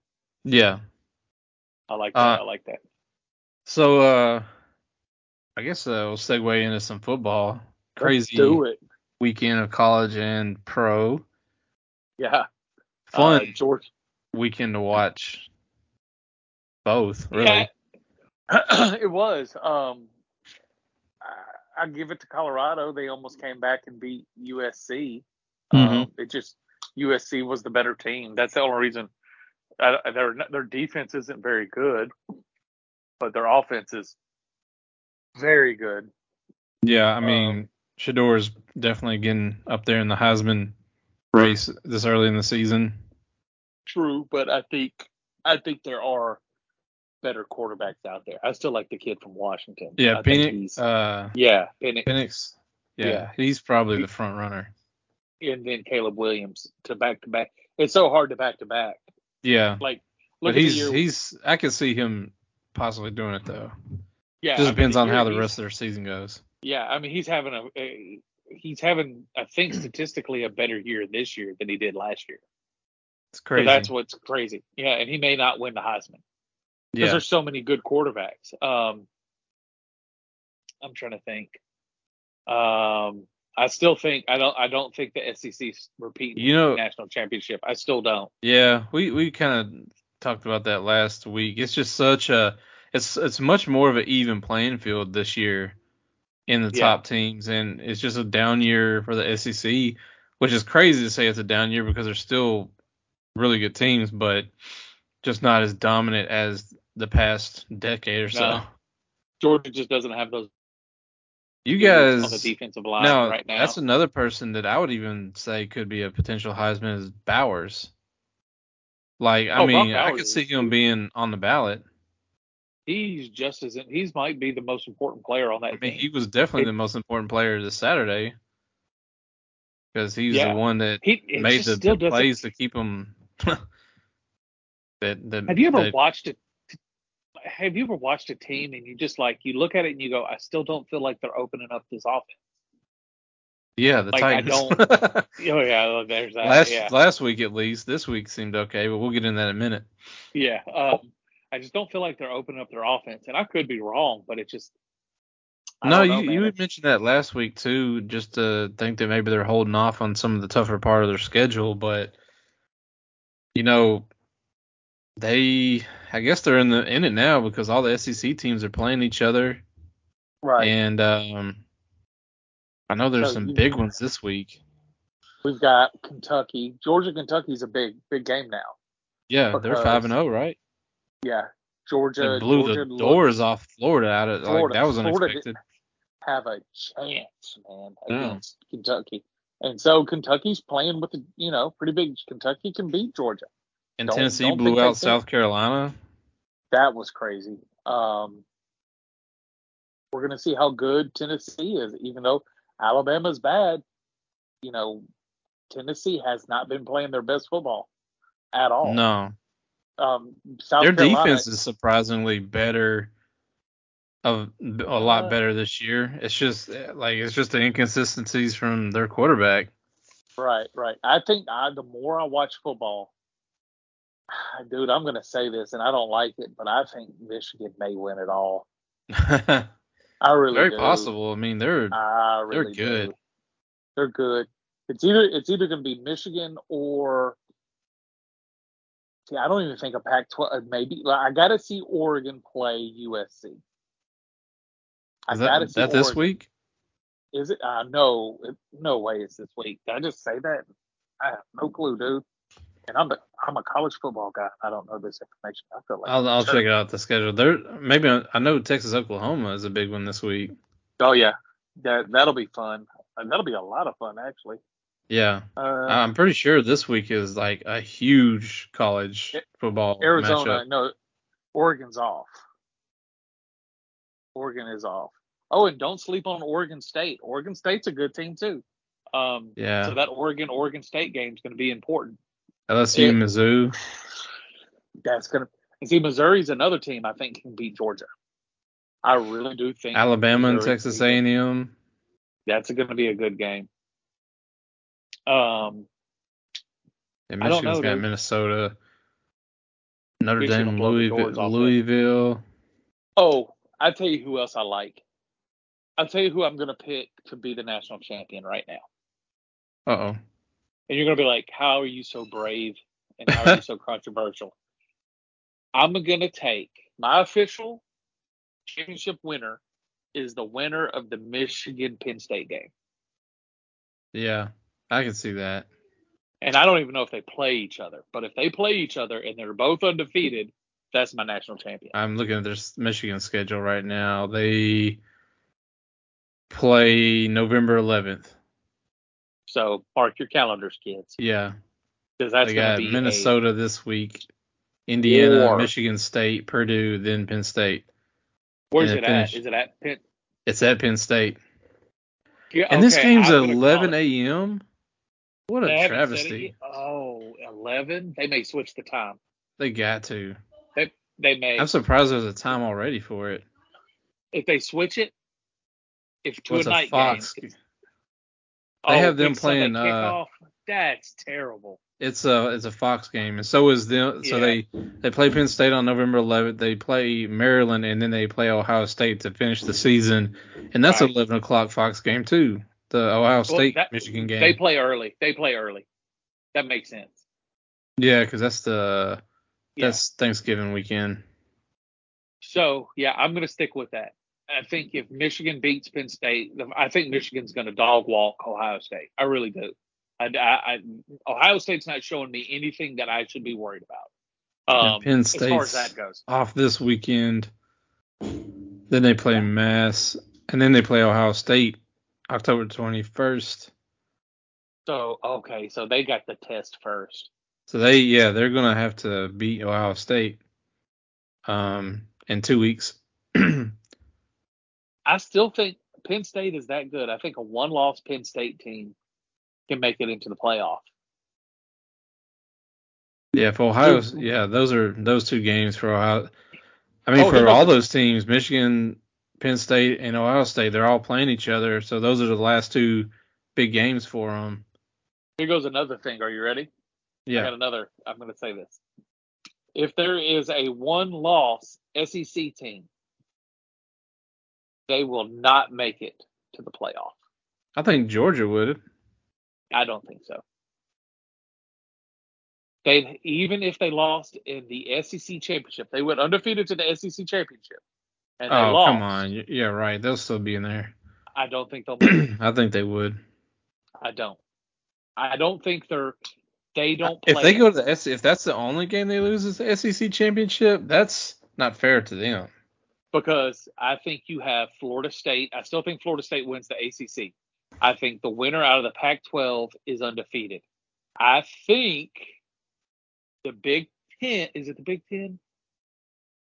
[SPEAKER 2] Yeah.
[SPEAKER 1] I like that. I
[SPEAKER 2] Uh,
[SPEAKER 1] like that.
[SPEAKER 2] So uh I guess uh, we'll segue into some football. Crazy
[SPEAKER 1] Let's do it.
[SPEAKER 2] weekend of college and pro.
[SPEAKER 1] Yeah.
[SPEAKER 2] Fun
[SPEAKER 1] Uh, George.
[SPEAKER 2] weekend to watch. Both, really.
[SPEAKER 1] Yeah, Uh, (clears throat) it was. Um, I, I give it to Colorado. They almost came back and beat USC.
[SPEAKER 2] Mm-hmm.
[SPEAKER 1] Um, it just USC was the better team. That's the only reason. Uh, their their defense isn't very good, but their offense is very good.
[SPEAKER 2] Yeah, I
[SPEAKER 1] uh,
[SPEAKER 2] mean, Shador's definitely getting up there in the Heisman race this early in the season.
[SPEAKER 1] True, but I think I think there are better quarterbacks out there. I still like the kid from Washington.
[SPEAKER 2] Yeah,
[SPEAKER 1] I think
[SPEAKER 2] Phoenix
[SPEAKER 1] he's-
[SPEAKER 2] uh
[SPEAKER 1] yeah, Penix.
[SPEAKER 2] Phoenix. Yeah,
[SPEAKER 1] Yeah.
[SPEAKER 2] he's probably the front runner.
[SPEAKER 1] and then Caleb Williams to back to back. It's so hard to back to back.
[SPEAKER 2] Yeah,
[SPEAKER 1] Like look
[SPEAKER 2] but
[SPEAKER 1] at the
[SPEAKER 2] he's
[SPEAKER 1] year.
[SPEAKER 2] he's I could see him possibly doing it though.
[SPEAKER 1] yeah, I
[SPEAKER 2] Just
[SPEAKER 1] mean,
[SPEAKER 2] depends on how the
[SPEAKER 1] year he's-
[SPEAKER 2] rest of their season goes.
[SPEAKER 1] Yeah, I mean he's having a, a he's having I
[SPEAKER 2] (clears throat)
[SPEAKER 1] think statistically a better year this year than he did last year.
[SPEAKER 2] It's
[SPEAKER 1] So
[SPEAKER 2] crazy.
[SPEAKER 1] that's what's crazy. Yeah, and he may not win the Heisman because
[SPEAKER 2] yeah,
[SPEAKER 1] there's so many good quarterbacks. Um, I'm trying to think. Um, I still think I don't I don't think the SEC's repeating
[SPEAKER 2] you know,
[SPEAKER 1] national championship. I still don't.
[SPEAKER 2] yeah, we we kind of talked about that last week. It's just such a it's it's much more of an even playing field this year in the
[SPEAKER 1] Yeah.
[SPEAKER 2] top teams, and it's just a down year for the SEC, which is crazy to say it's a down year because there's still really good teams, but just not as dominant as the past decade or so.
[SPEAKER 1] No. Georgia just doesn't have those
[SPEAKER 2] You
[SPEAKER 1] dudes on the
[SPEAKER 2] guys
[SPEAKER 1] defensive line
[SPEAKER 2] No,
[SPEAKER 1] right now.
[SPEAKER 2] that's another person that I would even say could be a potential Heisman is Bowers. Like, I
[SPEAKER 1] Oh, Brock
[SPEAKER 2] mean, I
[SPEAKER 1] Bowers
[SPEAKER 2] could
[SPEAKER 1] is
[SPEAKER 2] see him being on the ballot.
[SPEAKER 1] he's just as he's might be the most important player on that
[SPEAKER 2] I mean,
[SPEAKER 1] team.
[SPEAKER 2] he was definitely the most important player this Saturday because he's
[SPEAKER 1] Yeah.
[SPEAKER 2] the one that
[SPEAKER 1] He it
[SPEAKER 2] made
[SPEAKER 1] just
[SPEAKER 2] the,
[SPEAKER 1] still
[SPEAKER 2] the
[SPEAKER 1] doesn't-
[SPEAKER 2] plays to keep him. (laughs) that, that
[SPEAKER 1] Have you ever
[SPEAKER 2] that-
[SPEAKER 1] watched it? Have you ever watched a team and you just like you look at it and you go, I still don't feel like they're opening up this offense.
[SPEAKER 2] Yeah, the
[SPEAKER 1] like, I
[SPEAKER 2] Titans.
[SPEAKER 1] Oh
[SPEAKER 2] (laughs)
[SPEAKER 1] yeah, well, there's that.
[SPEAKER 2] last
[SPEAKER 1] yeah,
[SPEAKER 2] last week at least. This week seemed okay, but we'll get in that in a minute.
[SPEAKER 1] yeah. Um, I just don't feel like they're opening up their offense, and I could be wrong, but it just I
[SPEAKER 2] No,
[SPEAKER 1] don't know,
[SPEAKER 2] you,
[SPEAKER 1] man.
[SPEAKER 2] you had mentioned that last week too, just to think that maybe they're holding off on some of the tougher part of their schedule, but you know, they I guess they're in the in it now because all the SEC teams are playing each other,
[SPEAKER 1] right.
[SPEAKER 2] and um, I know there's
[SPEAKER 1] So
[SPEAKER 2] some
[SPEAKER 1] you-
[SPEAKER 2] big ones this week.
[SPEAKER 1] We've got Kentucky, Georgia, Kentucky's a big big game now. uh,
[SPEAKER 2] Yeah, they're five and
[SPEAKER 1] Because-
[SPEAKER 2] zero, right?
[SPEAKER 1] Yeah, Georgia
[SPEAKER 2] They blew
[SPEAKER 1] Georgia
[SPEAKER 2] the
[SPEAKER 1] looked
[SPEAKER 2] doors off Florida out of like
[SPEAKER 1] Florida-
[SPEAKER 2] that was
[SPEAKER 1] Florida did-
[SPEAKER 2] unexpected.
[SPEAKER 1] to have a chance, man,
[SPEAKER 2] Yeah.
[SPEAKER 1] against Kentucky. And so Kentucky's playing with the, you know pretty big. Kentucky can beat Georgia.
[SPEAKER 2] And
[SPEAKER 1] Don't-
[SPEAKER 2] Tennessee
[SPEAKER 1] don't think
[SPEAKER 2] blew
[SPEAKER 1] they
[SPEAKER 2] out
[SPEAKER 1] did.
[SPEAKER 2] South Carolina.
[SPEAKER 1] That was crazy. Um, we're gonna see how good Tennessee is, even though Alabama's bad. You know, Tennessee has not been playing their best football at all.
[SPEAKER 2] No,
[SPEAKER 1] Um, South
[SPEAKER 2] their
[SPEAKER 1] Carolina,
[SPEAKER 2] defense is surprisingly better, of a lot
[SPEAKER 1] Uh,
[SPEAKER 2] better this year. It's just eh, like it's just the inconsistencies from their quarterback. (laughs)
[SPEAKER 1] Right, right. I think I, the more I watch football, (sighs) dude, I'm going to say this, and I don't like it, but I think Michigan may win it all.
[SPEAKER 2] Very
[SPEAKER 1] I really do.
[SPEAKER 2] possible. I mean, they're
[SPEAKER 1] I
[SPEAKER 2] (laughs) They're
[SPEAKER 1] really
[SPEAKER 2] good.
[SPEAKER 1] do. They're good. It's either it's either going to be Michigan or see. I don't even think a Pac-12. Maybe like, I got to see Oregon play USC. I
[SPEAKER 2] is
[SPEAKER 1] gotta
[SPEAKER 2] that,
[SPEAKER 1] see
[SPEAKER 2] that this
[SPEAKER 1] Oregon.
[SPEAKER 2] week?
[SPEAKER 1] Is it? Uh, no, it- no way. It's this week. Did I just say that? I have no clue, dude. And I'm a, I'm a college football guy. I don't know this information. I feel like
[SPEAKER 2] I'll, I'll
[SPEAKER 1] Sure.
[SPEAKER 2] check out the schedule. There maybe I know Texas Oklahoma is a big one this week.
[SPEAKER 1] oh yeah, that that'll be fun. Uh, That'll be a lot of fun actually.
[SPEAKER 2] Yeah,
[SPEAKER 1] Uh,
[SPEAKER 2] I'm pretty sure this week is like a huge college
[SPEAKER 1] A-
[SPEAKER 2] football
[SPEAKER 1] Arizona,
[SPEAKER 2] matchup.
[SPEAKER 1] no, Oregon's off. Oregon is off. Oh, and don't sleep on Oregon State. Oregon State's a good team too. Um,
[SPEAKER 2] Yeah.
[SPEAKER 1] So that Oregon Oregon State game's going to be important.
[SPEAKER 2] LSU,
[SPEAKER 1] it-
[SPEAKER 2] Mizzou.
[SPEAKER 1] That's gonna. And see, Missouri's another team I think can beat Georgia. I really do think
[SPEAKER 2] Alabama and
[SPEAKER 1] Missouri
[SPEAKER 2] Texas
[SPEAKER 1] can beat-
[SPEAKER 2] A&M.
[SPEAKER 1] That's going to be a good game. Um,
[SPEAKER 2] And
[SPEAKER 1] I don't
[SPEAKER 2] Michigan's
[SPEAKER 1] know,
[SPEAKER 2] got
[SPEAKER 1] dude.
[SPEAKER 2] Minnesota, Notre
[SPEAKER 1] Michigan will
[SPEAKER 2] Dame,
[SPEAKER 1] blow the doors
[SPEAKER 2] Louisville.
[SPEAKER 1] off
[SPEAKER 2] Louisville.
[SPEAKER 1] oh, I tell you who else I like. I will tell you who I'm going to pick to be the national champion right now.
[SPEAKER 2] Uh
[SPEAKER 1] And you're going to be like, "How are you so brave? And how are
[SPEAKER 2] (laughs)
[SPEAKER 1] you so controversial?" I'm going to take my official championship winner is the winner of the Michigan Penn State game.
[SPEAKER 2] yeah, I can see that.
[SPEAKER 1] and I don't even know if they play each other. But if they play each other and they're both undefeated, that's my national champion.
[SPEAKER 2] I'm looking at their s- Michigan schedule right now. They play November 11th.
[SPEAKER 1] So mark your calendars, kids,
[SPEAKER 2] Yeah,
[SPEAKER 1] because that's
[SPEAKER 2] they
[SPEAKER 1] going
[SPEAKER 2] got
[SPEAKER 1] to be
[SPEAKER 2] Minnesota this week, Indiana,
[SPEAKER 1] war.
[SPEAKER 2] Michigan State, Purdue, then Penn State.
[SPEAKER 1] A, where's
[SPEAKER 2] and
[SPEAKER 1] it
[SPEAKER 2] they
[SPEAKER 1] at?
[SPEAKER 2] finish.
[SPEAKER 1] Is it at Penn?
[SPEAKER 2] It's at Penn State,
[SPEAKER 1] Yeah,
[SPEAKER 2] and this
[SPEAKER 1] okay,
[SPEAKER 2] game's
[SPEAKER 1] I
[SPEAKER 2] at
[SPEAKER 1] would've
[SPEAKER 2] 11
[SPEAKER 1] called it.
[SPEAKER 2] a.m. What
[SPEAKER 1] They
[SPEAKER 2] a
[SPEAKER 1] haven't said it
[SPEAKER 2] travesty!
[SPEAKER 1] yet. Oh, 11? They may switch the time.
[SPEAKER 2] They got to.
[SPEAKER 1] They may
[SPEAKER 2] I'm surprised there's a time already for it.
[SPEAKER 1] if they switch it. If to
[SPEAKER 2] What's
[SPEAKER 1] a
[SPEAKER 2] a
[SPEAKER 1] night
[SPEAKER 2] Fox?
[SPEAKER 1] game, it's- Oh,
[SPEAKER 2] They have them
[SPEAKER 1] big Sunday
[SPEAKER 2] playing, uh,
[SPEAKER 1] kickoff? that's terrible.
[SPEAKER 2] It's a it's a Fox game, and so is them. So
[SPEAKER 1] Yeah.
[SPEAKER 2] they they play Penn State on November 11th. They play Maryland, and then they play Ohio State to finish the season, and that's
[SPEAKER 1] Right.
[SPEAKER 2] 11 o'clock Fox game too. The Ohio State
[SPEAKER 1] that-
[SPEAKER 2] Michigan game.
[SPEAKER 1] They play early. They play early. That makes sense.
[SPEAKER 2] yeah, because that's the
[SPEAKER 1] Yeah.
[SPEAKER 2] that's Thanksgiving weekend.
[SPEAKER 1] So yeah, I'm going to stick with that. I think if Michigan beats Penn State, I think Michigan's going to dog walk Ohio State. I really do. I, I, I, Ohio State's not showing me anything that I should be worried about. Um,
[SPEAKER 2] and Penn
[SPEAKER 1] as far as
[SPEAKER 2] State's
[SPEAKER 1] that goes,
[SPEAKER 2] off this weekend. Then they play
[SPEAKER 1] Yeah.
[SPEAKER 2] Mass, and then they play Ohio State October 21st.
[SPEAKER 1] so okay, so they got the test first.
[SPEAKER 2] So they yeah they're gonna have to beat Ohio State, um, in two weeks. (clears throat)
[SPEAKER 1] I still think Penn State is that good. I think a one-loss Penn State team can make it into the playoff.
[SPEAKER 2] Yeah, if Ohio,
[SPEAKER 1] Dude.
[SPEAKER 2] yeah, those are those two games for Ohio. I mean,
[SPEAKER 1] Oh, they're
[SPEAKER 2] for
[SPEAKER 1] not
[SPEAKER 2] all
[SPEAKER 1] the-
[SPEAKER 2] those teams, Michigan, Penn State, and Ohio State, they're all playing each other. So those are the last two big games for them.
[SPEAKER 1] Here goes another thing. Are you ready? I
[SPEAKER 2] Yeah,
[SPEAKER 1] got another. I'm going to say this. If there is a one loss SEC team, they will not make it to the playoff.
[SPEAKER 2] I think Georgia would.
[SPEAKER 1] I don't think so. They even if they lost in the SEC championship, they went undefeated to the SEC championship, and they
[SPEAKER 2] Oh,
[SPEAKER 1] lost.
[SPEAKER 2] come on. Y- Yeah, right. They'll still be in there. (clears throat)
[SPEAKER 1] I don't think they'll. Make it.
[SPEAKER 2] I think they would.
[SPEAKER 1] I don't. I don't think they're. They don't. Play
[SPEAKER 2] If they
[SPEAKER 1] it.
[SPEAKER 2] go to the SEC, if that's the only game they lose is the SEC E championship, that's not fair to them.
[SPEAKER 1] because I think you have Florida State. I still think Florida State wins the ACC. I think the winner out of the Pac 12 is undefeated. I think the Big Ten is it the Big Ten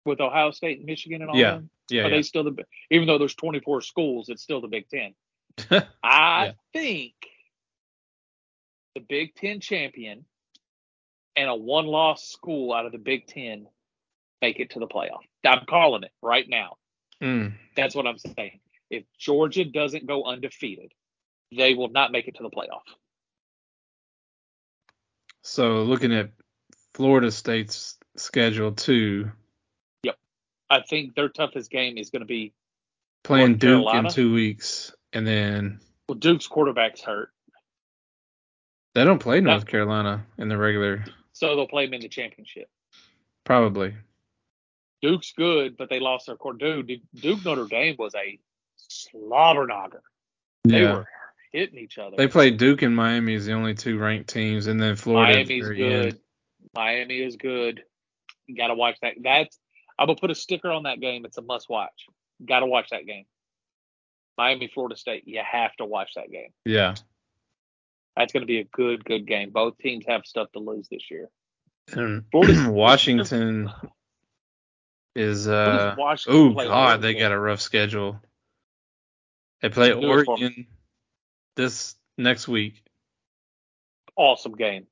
[SPEAKER 1] with Ohio State and Michigan and all
[SPEAKER 2] Yeah,
[SPEAKER 1] them?
[SPEAKER 2] Yeah,
[SPEAKER 1] Are
[SPEAKER 2] yeah.
[SPEAKER 1] they still the even though there's 24 schools, it's still the Big
[SPEAKER 2] (laughs)
[SPEAKER 1] Ten. I
[SPEAKER 2] Yeah.
[SPEAKER 1] think the Big Ten champion and a one loss school out of the Big Ten make it to the playoff. I'm calling it right now.
[SPEAKER 2] Mm,
[SPEAKER 1] That's what I'm saying. If Georgia doesn't go undefeated, they will not make it to the playoff.
[SPEAKER 2] So looking at Florida State's schedule too,
[SPEAKER 1] I think their toughest game is going to be
[SPEAKER 2] playing
[SPEAKER 1] North
[SPEAKER 2] Duke in
[SPEAKER 1] Carolina?
[SPEAKER 2] two weeks, and then
[SPEAKER 1] well, Duke's quarterback's hurt,
[SPEAKER 2] they don't play
[SPEAKER 1] No.
[SPEAKER 2] North Carolina in the regular,
[SPEAKER 1] so they'll play him in the championship.
[SPEAKER 2] probably.
[SPEAKER 1] Duke's good, but they lost their core. Dude, Duke, Duke Notre Dame was a slobber knocker. They
[SPEAKER 2] yeah,
[SPEAKER 1] were hitting each other.
[SPEAKER 2] they play Duke and Miami is the only two ranked teams, and then Florida. at the
[SPEAKER 1] Miami's
[SPEAKER 2] very
[SPEAKER 1] good.
[SPEAKER 2] end.
[SPEAKER 1] Miami is good. You gotta watch that. That's I'm gonna put a sticker on that game. It's a must watch. Gotta watch that game. Miami, Florida State. You have to watch that game.
[SPEAKER 2] Yeah,
[SPEAKER 1] That's gonna be a good, good game. Both teams have stuff to lose this year.
[SPEAKER 2] (clears throat) and
[SPEAKER 1] Florida-
[SPEAKER 2] Washington is
[SPEAKER 1] Who does
[SPEAKER 2] uh
[SPEAKER 1] Washington
[SPEAKER 2] oh
[SPEAKER 1] play
[SPEAKER 2] god, they
[SPEAKER 1] Oregon?
[SPEAKER 2] got a rough schedule. They play
[SPEAKER 1] Do it for me.
[SPEAKER 2] Oregon this next week.
[SPEAKER 1] awesome game.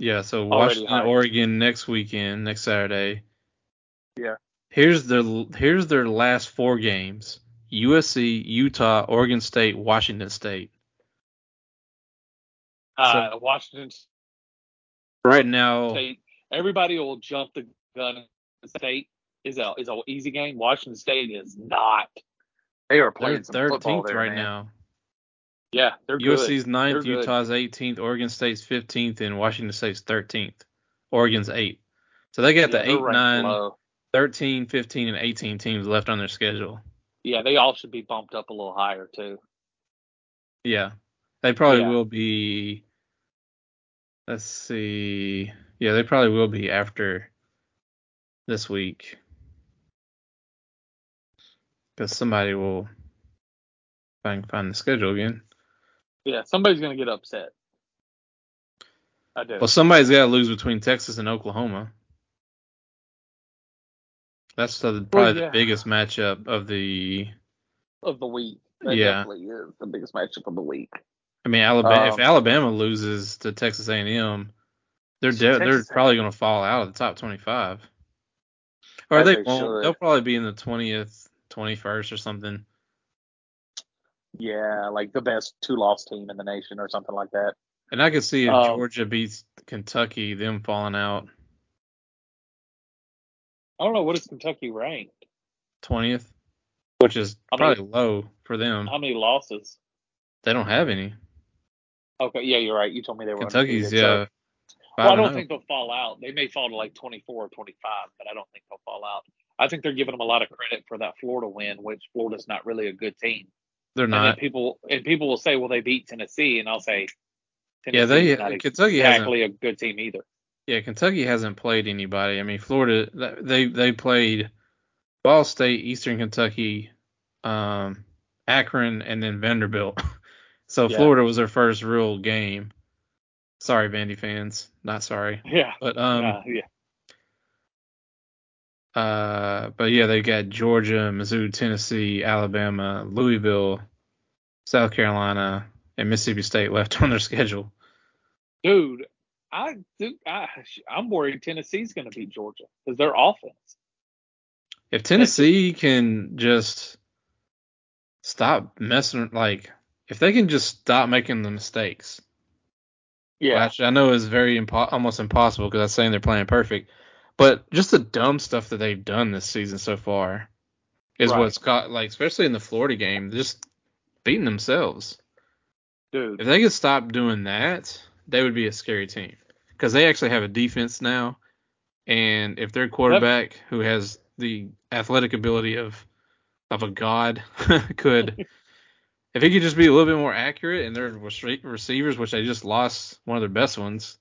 [SPEAKER 2] Yeah, so
[SPEAKER 1] Already
[SPEAKER 2] Washington,
[SPEAKER 1] hyped.
[SPEAKER 2] Oregon next weekend, next Saturday.
[SPEAKER 1] Yeah.
[SPEAKER 2] Here's their here's their last four games: USC, Utah, Oregon State, Washington State.
[SPEAKER 1] Uh, Washington
[SPEAKER 2] Right now,
[SPEAKER 1] State. Everybody will jump the gun. and State is a is a easy game. Washington State is not. They are
[SPEAKER 2] they're
[SPEAKER 1] playing some football
[SPEAKER 2] 13th
[SPEAKER 1] there,
[SPEAKER 2] right
[SPEAKER 1] man.
[SPEAKER 2] now.
[SPEAKER 1] Yeah, they're good.
[SPEAKER 2] USC's
[SPEAKER 1] They're
[SPEAKER 2] 9th,
[SPEAKER 1] good.
[SPEAKER 2] Utah's 18th, Oregon State's 15th, and Washington State's 13th. Oregon's 8th. So they got
[SPEAKER 1] Yeah,
[SPEAKER 2] the
[SPEAKER 1] they're
[SPEAKER 2] 8,
[SPEAKER 1] ranked
[SPEAKER 2] 9,
[SPEAKER 1] low.
[SPEAKER 2] 13, 15, and 18 teams left on their schedule.
[SPEAKER 1] Yeah, they all should be bumped up a little higher too.
[SPEAKER 2] Yeah. They probably
[SPEAKER 1] Yeah.
[SPEAKER 2] will be. Let's see. Yeah, they probably will be after this week. Because somebody will. If I can find the schedule again.
[SPEAKER 1] Yeah, somebody's gonna get upset. I do.
[SPEAKER 2] Well, somebody's got to lose between Texas and Oklahoma. That's the, probably
[SPEAKER 1] yeah.
[SPEAKER 2] the biggest matchup of the.
[SPEAKER 1] of the week. That
[SPEAKER 2] Yeah.
[SPEAKER 1] definitely is the biggest matchup of the week.
[SPEAKER 2] I mean, Alabama. if
[SPEAKER 1] Um,
[SPEAKER 2] Alabama loses to Texas A&M, they're
[SPEAKER 1] So
[SPEAKER 2] de- they're
[SPEAKER 1] Texas-
[SPEAKER 2] probably going to fall out of the top 25. Or
[SPEAKER 1] As
[SPEAKER 2] they
[SPEAKER 1] they
[SPEAKER 2] won't.
[SPEAKER 1] should.
[SPEAKER 2] They'll probably be in the 20th, 21st, or something.
[SPEAKER 1] Yeah, like the best two loss team in the nation or something like that.
[SPEAKER 2] And I could see if
[SPEAKER 1] Um,
[SPEAKER 2] Georgia beats Kentucky, them falling out
[SPEAKER 1] I don't know what is Kentucky ranked.
[SPEAKER 2] 20th, which is
[SPEAKER 1] I mean-
[SPEAKER 2] probably low for them.
[SPEAKER 1] How many losses?
[SPEAKER 2] They don't have any.
[SPEAKER 1] Okay, yeah, you're right. You told me they were
[SPEAKER 2] Kentucky's
[SPEAKER 1] undefeated,
[SPEAKER 2] yeah.
[SPEAKER 1] so- well, I
[SPEAKER 2] five and
[SPEAKER 1] don't
[SPEAKER 2] oh.
[SPEAKER 1] think they'll fall out. They may fall to like 24 or 25, but I don't think they'll fall out. I think they're giving them a lot of credit for that Florida win, which Florida's not really a good team.
[SPEAKER 2] they're
[SPEAKER 1] And then
[SPEAKER 2] not.
[SPEAKER 1] people and people will say, well, they beat Tennessee, and I'll say,
[SPEAKER 2] Yeah, they
[SPEAKER 1] Tennessee's not
[SPEAKER 2] Kentucky hasn't
[SPEAKER 1] exactly a good team either. (laughs)
[SPEAKER 2] Yeah, Kentucky hasn't played anybody. I mean, Florida th- they they played Ball State, Eastern Kentucky, um, Akron, and then Vanderbilt. (laughs) so
[SPEAKER 1] Yeah.
[SPEAKER 2] Florida was their first real game. Sorry, Vandy fans, not sorry,
[SPEAKER 1] Yeah,
[SPEAKER 2] but um,
[SPEAKER 1] uh, yeah,
[SPEAKER 2] uh, but yeah, they got Georgia, Mizzou, Tennessee, Alabama, Louisville, South Carolina, and Mississippi State left (laughs) on their schedule.
[SPEAKER 1] dude. I do. I, I'm worried Tennessee's going to beat Georgia because their offense.
[SPEAKER 2] If Tennessee can just stop messing, like if they can just stop making the mistakes,
[SPEAKER 1] Yeah,
[SPEAKER 2] Well, actually, I know it's very impo- almost impossible because I'm saying they're playing perfect, but just the dumb stuff that they've done this season so far is
[SPEAKER 1] Right.
[SPEAKER 2] what's caught. Like especially in the Florida game, just beating themselves.
[SPEAKER 1] dude.
[SPEAKER 2] If they could stop doing that, they would be a scary team because they actually have a defense now, and if their quarterback, who has the athletic ability of of a god, (laughs) could if he could just be a little bit more accurate, and their rece- receivers, which they just lost one of their best ones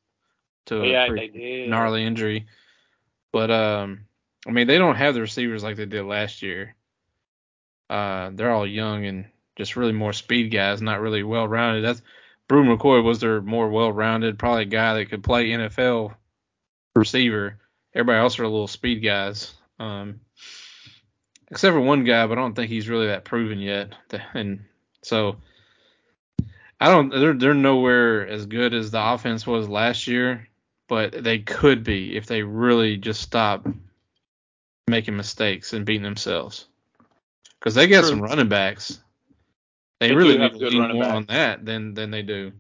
[SPEAKER 2] to a
[SPEAKER 1] yeah,
[SPEAKER 2] pretty
[SPEAKER 1] they did.
[SPEAKER 2] gnarly injury, but um, I mean, they don't have the receivers like they did last year. Uh, they're all young and just really more speed guys, not really well rounded. That's Brew McCoy was their more well rounded, probably guy that could play NFL receiver. Everybody else are little speed guys, um, except for one guy, but I don't think he's really that proven yet. And so I don't. They're they're nowhere as good as the offense was last year, but they could be if they really just stop making mistakes and beating themselves. Because they got True. some running backs. They, they really need to lean more backs. on that than than they do.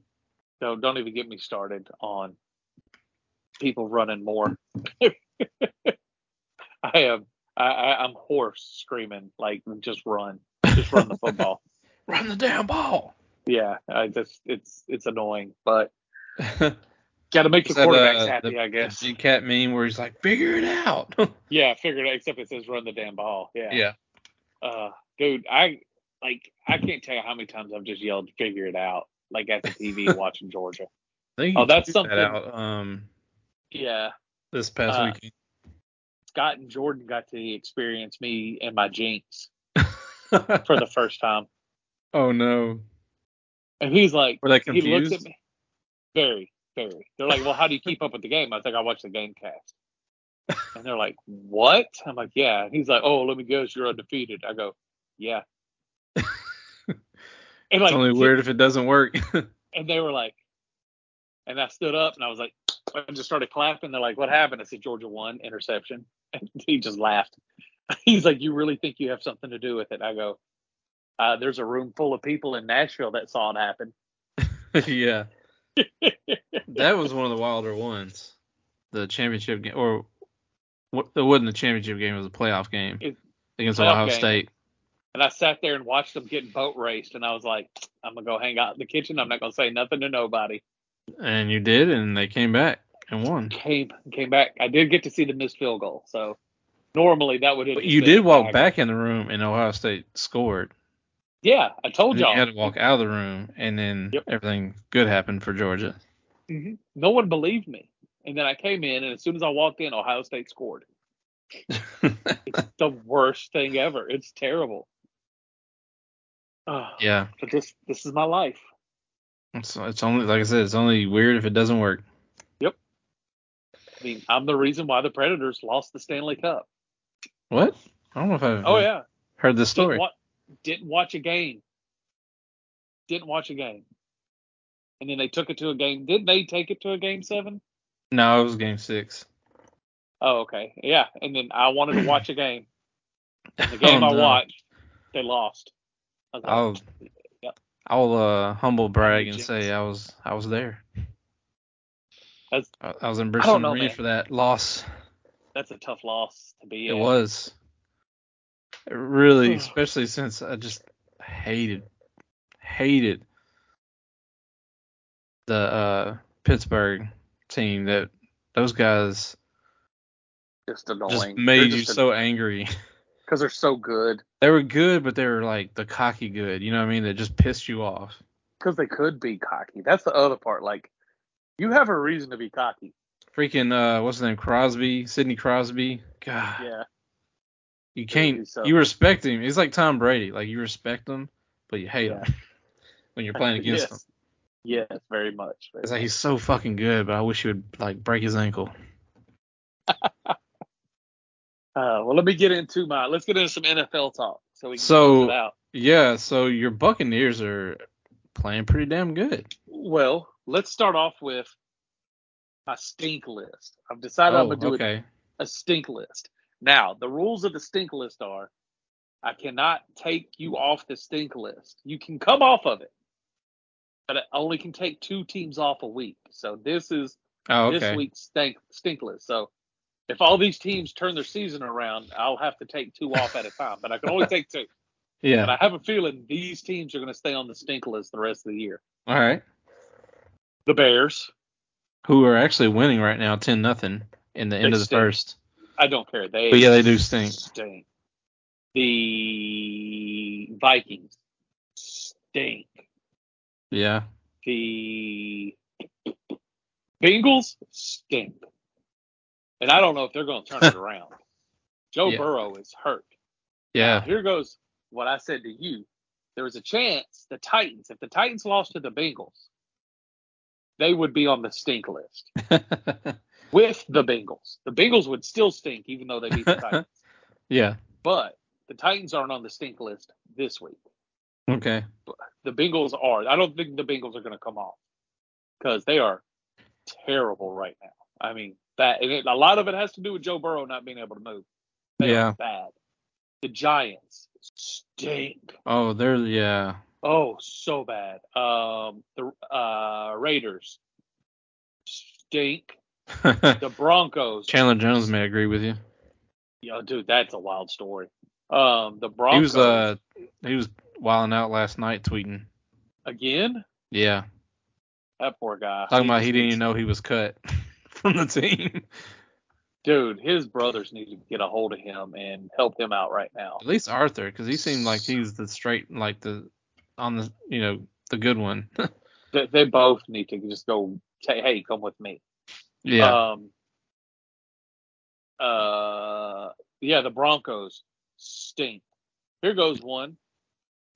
[SPEAKER 1] No, don't even get me started on people running more. (laughs) I am. I, I, I'm hoarse screaming like just run, just run the (laughs) football,
[SPEAKER 2] run the damn (laughs) ball.
[SPEAKER 1] Yeah, I just it's it's annoying, but gotta make the quarterbacks uh, happy,
[SPEAKER 2] the,
[SPEAKER 1] I guess.
[SPEAKER 2] The cat meme where he's like, figure it out. (laughs)
[SPEAKER 1] yeah, figure it out. Except it says run the damn ball. Yeah.
[SPEAKER 2] Yeah.
[SPEAKER 1] Uh, dude, I like I can't tell you how many times I've just yelled, figure it out, like at the (laughs) TV watching Georgia.
[SPEAKER 2] oh, that's something. That out, um,
[SPEAKER 1] yeah.
[SPEAKER 2] This past uh, weekend.
[SPEAKER 1] Scott and Jordan got to experience me and my jinx
[SPEAKER 2] (laughs)
[SPEAKER 1] for the first time.
[SPEAKER 2] Oh no.
[SPEAKER 1] And he's like,
[SPEAKER 2] were they confused? He looked
[SPEAKER 1] at me, very, very. They're like, well, how do you keep up with the game? I was like, I watch the game cast. And they're like, what? I'm like, yeah. And he's like, oh, let me guess, you're undefeated. I go, yeah.
[SPEAKER 2] (laughs) it's like, only weird if it doesn't work. (laughs)
[SPEAKER 1] and they were like, and I stood up and I was like, I just started clapping. They're like, what happened? I said, Georgia won interception. (laughs) And he just laughed. (laughs) He's like, you really think you have something to do with it? I go, uh, there's a room full of people in Nashville that saw it happen.
[SPEAKER 2] yeah. that was one of the wilder ones. The championship game, or what, it wasn't the championship game, it was a playoff game it, against playoff Ohio game. State.
[SPEAKER 1] And I sat there and watched them getting boat raced, and I was like, I'm going to go hang out in the kitchen. I'm not going to say nothing to nobody.
[SPEAKER 2] And you did, and they came back and won.
[SPEAKER 1] Came came back. I did get to see the missed field goal, so normally that would.
[SPEAKER 2] But you did walk back, back in the room, and Ohio State scored.
[SPEAKER 1] Yeah, I told
[SPEAKER 2] and
[SPEAKER 1] y'all.
[SPEAKER 2] You had to walk out of the room, and then yep. everything good happened for Georgia.
[SPEAKER 1] Mm-hmm. No one believed me, and then I came in, and as soon as I walked in, Ohio State scored. it's the worst thing ever. It's terrible. Ah,
[SPEAKER 2] Oh, yeah,
[SPEAKER 1] but this this is my life.
[SPEAKER 2] It's it's only like I said, it's only weird if it doesn't work.
[SPEAKER 1] Yep. I mean, I'm the reason why the Predators lost the Stanley Cup.
[SPEAKER 2] What? I don't know if I've.
[SPEAKER 1] Oh yeah.
[SPEAKER 2] Heard this Mm-hmm. story
[SPEAKER 1] didn't watch a game. Didn't watch a game. And then they took it to a game. Didn't they take it to a game seven?
[SPEAKER 2] No, it was game six.
[SPEAKER 1] Oh, okay. Yeah. And then I wanted to watch a game. And the game oh, I no. watched, they lost.
[SPEAKER 2] I will like, Oh. yep. I'll uh, humble brag and say I was I was there. That's, I was in Bristol know, Marine man. for that loss.
[SPEAKER 1] That's a tough loss to be.
[SPEAKER 2] It at. was really, especially since I just hated, hated the uh, Pittsburgh team. That those guys
[SPEAKER 1] just annoying.
[SPEAKER 2] Just made just you an- so angry
[SPEAKER 1] because they're so good.
[SPEAKER 2] They were good, but they were like the cocky good. You know what I mean? That just pissed you off.
[SPEAKER 1] Because they could be cocky. That's the other part. Like you have a reason to be
[SPEAKER 2] (sighs)
[SPEAKER 1] cocky.
[SPEAKER 2] Freaking uh, what's his name? Crosby, Sidney Crosby. God.
[SPEAKER 1] Yeah.
[SPEAKER 2] You can't. So. You respect him. It's like Tom Brady. Like you respect him, but you hate yeah. him (laughs) when you're (laughs)
[SPEAKER 1] (laughs)
[SPEAKER 2] playing against
[SPEAKER 1] yes. him. Yes, very much. Very
[SPEAKER 2] it's like he's so fucking good, but I wish he would like break his ankle.
[SPEAKER 1] uh, well, let me get into my. Let's get into some NFL talk. So we
[SPEAKER 2] so yeah. So your Buccaneers are playing pretty damn good.
[SPEAKER 1] Well, let's start off with my stink list. I've decided oh, I'm gonna do okay. a, a stink list. Now, the rules of the stink list are I cannot take you off the stink list. You can come off of it, but I only can take two teams off a week. So this is
[SPEAKER 2] oh,
[SPEAKER 1] okay. this week's stink, stink list. So if all these teams turn their season around, I'll have to take two off at a time, but I can only take two.
[SPEAKER 2] Yeah.
[SPEAKER 1] But I have a feeling these teams are going to stay on the stink list the rest of the year.
[SPEAKER 2] All right.
[SPEAKER 1] The Bears,
[SPEAKER 2] who are actually winning right now 10 nothing in the they end of the stink. first.
[SPEAKER 1] I don't care. They
[SPEAKER 2] but yeah, they do stink.
[SPEAKER 1] stink. The Vikings stink.
[SPEAKER 2] Yeah.
[SPEAKER 1] The
[SPEAKER 2] (laughs)
[SPEAKER 1] Bengals stink. And I don't know if they're going to turn it around. Joe
[SPEAKER 2] Yeah.
[SPEAKER 1] Burrow is hurt.
[SPEAKER 2] Yeah.
[SPEAKER 1] Here goes what I said to you. There was a chance the Titans, if the Titans lost to the Bengals, they would be on the stink list with the Bengals. The Bengals would still stink even though they beat
[SPEAKER 2] (laughs)
[SPEAKER 1] the Titans.
[SPEAKER 2] (laughs) yeah.
[SPEAKER 1] But the Titans aren't on the stink list this week.
[SPEAKER 2] Okay.
[SPEAKER 1] The Bengals are. I don't think the Bengals are going to come off because they are terrible right now. I mean that, and it, a lot of it has to do with Joe Burrow not being able to move. They
[SPEAKER 2] Yeah.
[SPEAKER 1] are bad. The Giants stink.
[SPEAKER 2] Oh, they're yeah. (laughs)
[SPEAKER 1] Oh, so bad. Um, the uh, Raiders stink. The Broncos.
[SPEAKER 2] Chandler Jones may agree with you.
[SPEAKER 1] Yo, dude, that's a wild story. Um, the Broncos
[SPEAKER 2] He was uh he was wilding out last night tweeting.
[SPEAKER 1] again.
[SPEAKER 2] Yeah.
[SPEAKER 1] That poor guy.
[SPEAKER 2] Talking about he
[SPEAKER 1] just
[SPEAKER 2] didn't
[SPEAKER 1] needs-
[SPEAKER 2] even know he was cut (laughs) from the team.
[SPEAKER 1] Dude, his brothers need to get a hold of him and help him out right now.
[SPEAKER 2] At least Arthur, because he seemed like he was the straight, like the on the you know the good one. (laughs)
[SPEAKER 1] They, they both need to just go say, "Hey, come with me."
[SPEAKER 2] yeah.
[SPEAKER 1] Um, uh, yeah, the Broncos stink. Here goes one.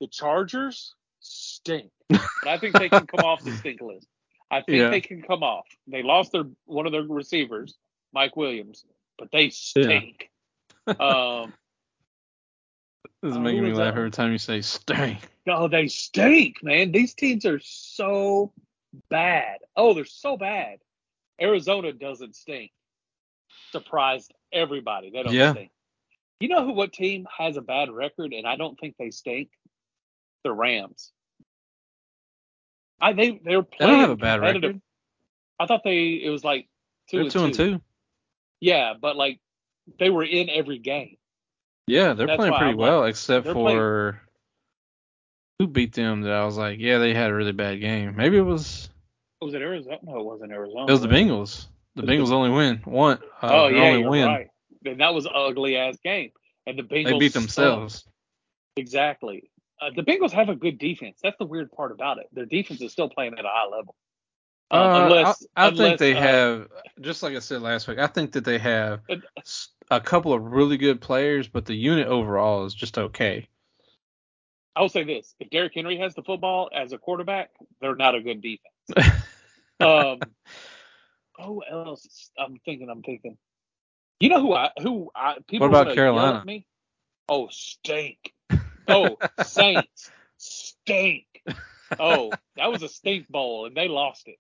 [SPEAKER 1] The Chargers stink. And I think they can come off
[SPEAKER 2] (laughs)
[SPEAKER 1] the stink list. I think
[SPEAKER 2] Yeah.
[SPEAKER 1] they can come off. They lost their one of their receivers, Mike Williams, but they stink. um,
[SPEAKER 2] this is
[SPEAKER 1] uh,
[SPEAKER 2] making
[SPEAKER 1] who
[SPEAKER 2] me
[SPEAKER 1] was
[SPEAKER 2] laugh
[SPEAKER 1] that?
[SPEAKER 2] every time you say "stay."
[SPEAKER 1] no, Oh, they stink, man. These teams are so bad. Oh, they're so bad. Arizona doesn't stink. Surprised everybody. They don't
[SPEAKER 2] Yeah.
[SPEAKER 1] stink. You know who what team has a bad record and I don't think they stink? The Rams. I they they're
[SPEAKER 2] They
[SPEAKER 1] playing
[SPEAKER 2] don't have a bad
[SPEAKER 1] competitive-
[SPEAKER 2] record.
[SPEAKER 1] I thought they it was like 2
[SPEAKER 2] They're
[SPEAKER 1] and
[SPEAKER 2] two and two.
[SPEAKER 1] Yeah, but like they were in every game.
[SPEAKER 2] Yeah, they're
[SPEAKER 1] That's
[SPEAKER 2] playing
[SPEAKER 1] why
[SPEAKER 2] pretty
[SPEAKER 1] I'm like-
[SPEAKER 2] well, except
[SPEAKER 1] they're
[SPEAKER 2] for
[SPEAKER 1] playing-
[SPEAKER 2] who beat them. That I was like, yeah, they had a really bad game. Maybe it was
[SPEAKER 1] Was it Arizona? No, it wasn't Arizona.
[SPEAKER 2] it was the
[SPEAKER 1] was it?
[SPEAKER 2] Bengals. The Bengals only win one. Uh,
[SPEAKER 1] Uh, oh
[SPEAKER 2] they
[SPEAKER 1] yeah,
[SPEAKER 2] only
[SPEAKER 1] you're
[SPEAKER 2] win.
[SPEAKER 1] right. And that was an ugly ass game. And the Bengals
[SPEAKER 2] They beat
[SPEAKER 1] suck.
[SPEAKER 2] themselves.
[SPEAKER 1] Exactly. Uh, the Bengals have a good defense. That's the weird part about it. Their defense is still playing at a high level. Um,
[SPEAKER 2] Uh,
[SPEAKER 1] unless,
[SPEAKER 2] I, I
[SPEAKER 1] unless,
[SPEAKER 2] think they
[SPEAKER 1] uh,
[SPEAKER 2] have, just like I said last week, I think that they have
[SPEAKER 1] But-
[SPEAKER 2] s- a couple of really good players, but the unit overall is just okay.
[SPEAKER 1] I will say this: if Derrick Henry has the football as a quarterback, they're not a good defense.
[SPEAKER 2] (laughs)
[SPEAKER 1] Um, oh, else is- I'm thinking, I'm thinking. You know who I who I people
[SPEAKER 2] about
[SPEAKER 1] wanna yell at
[SPEAKER 2] Carolina?
[SPEAKER 1] Me? Oh, stink. Oh, Saints stink. Oh, that was a stink bowl and they lost it.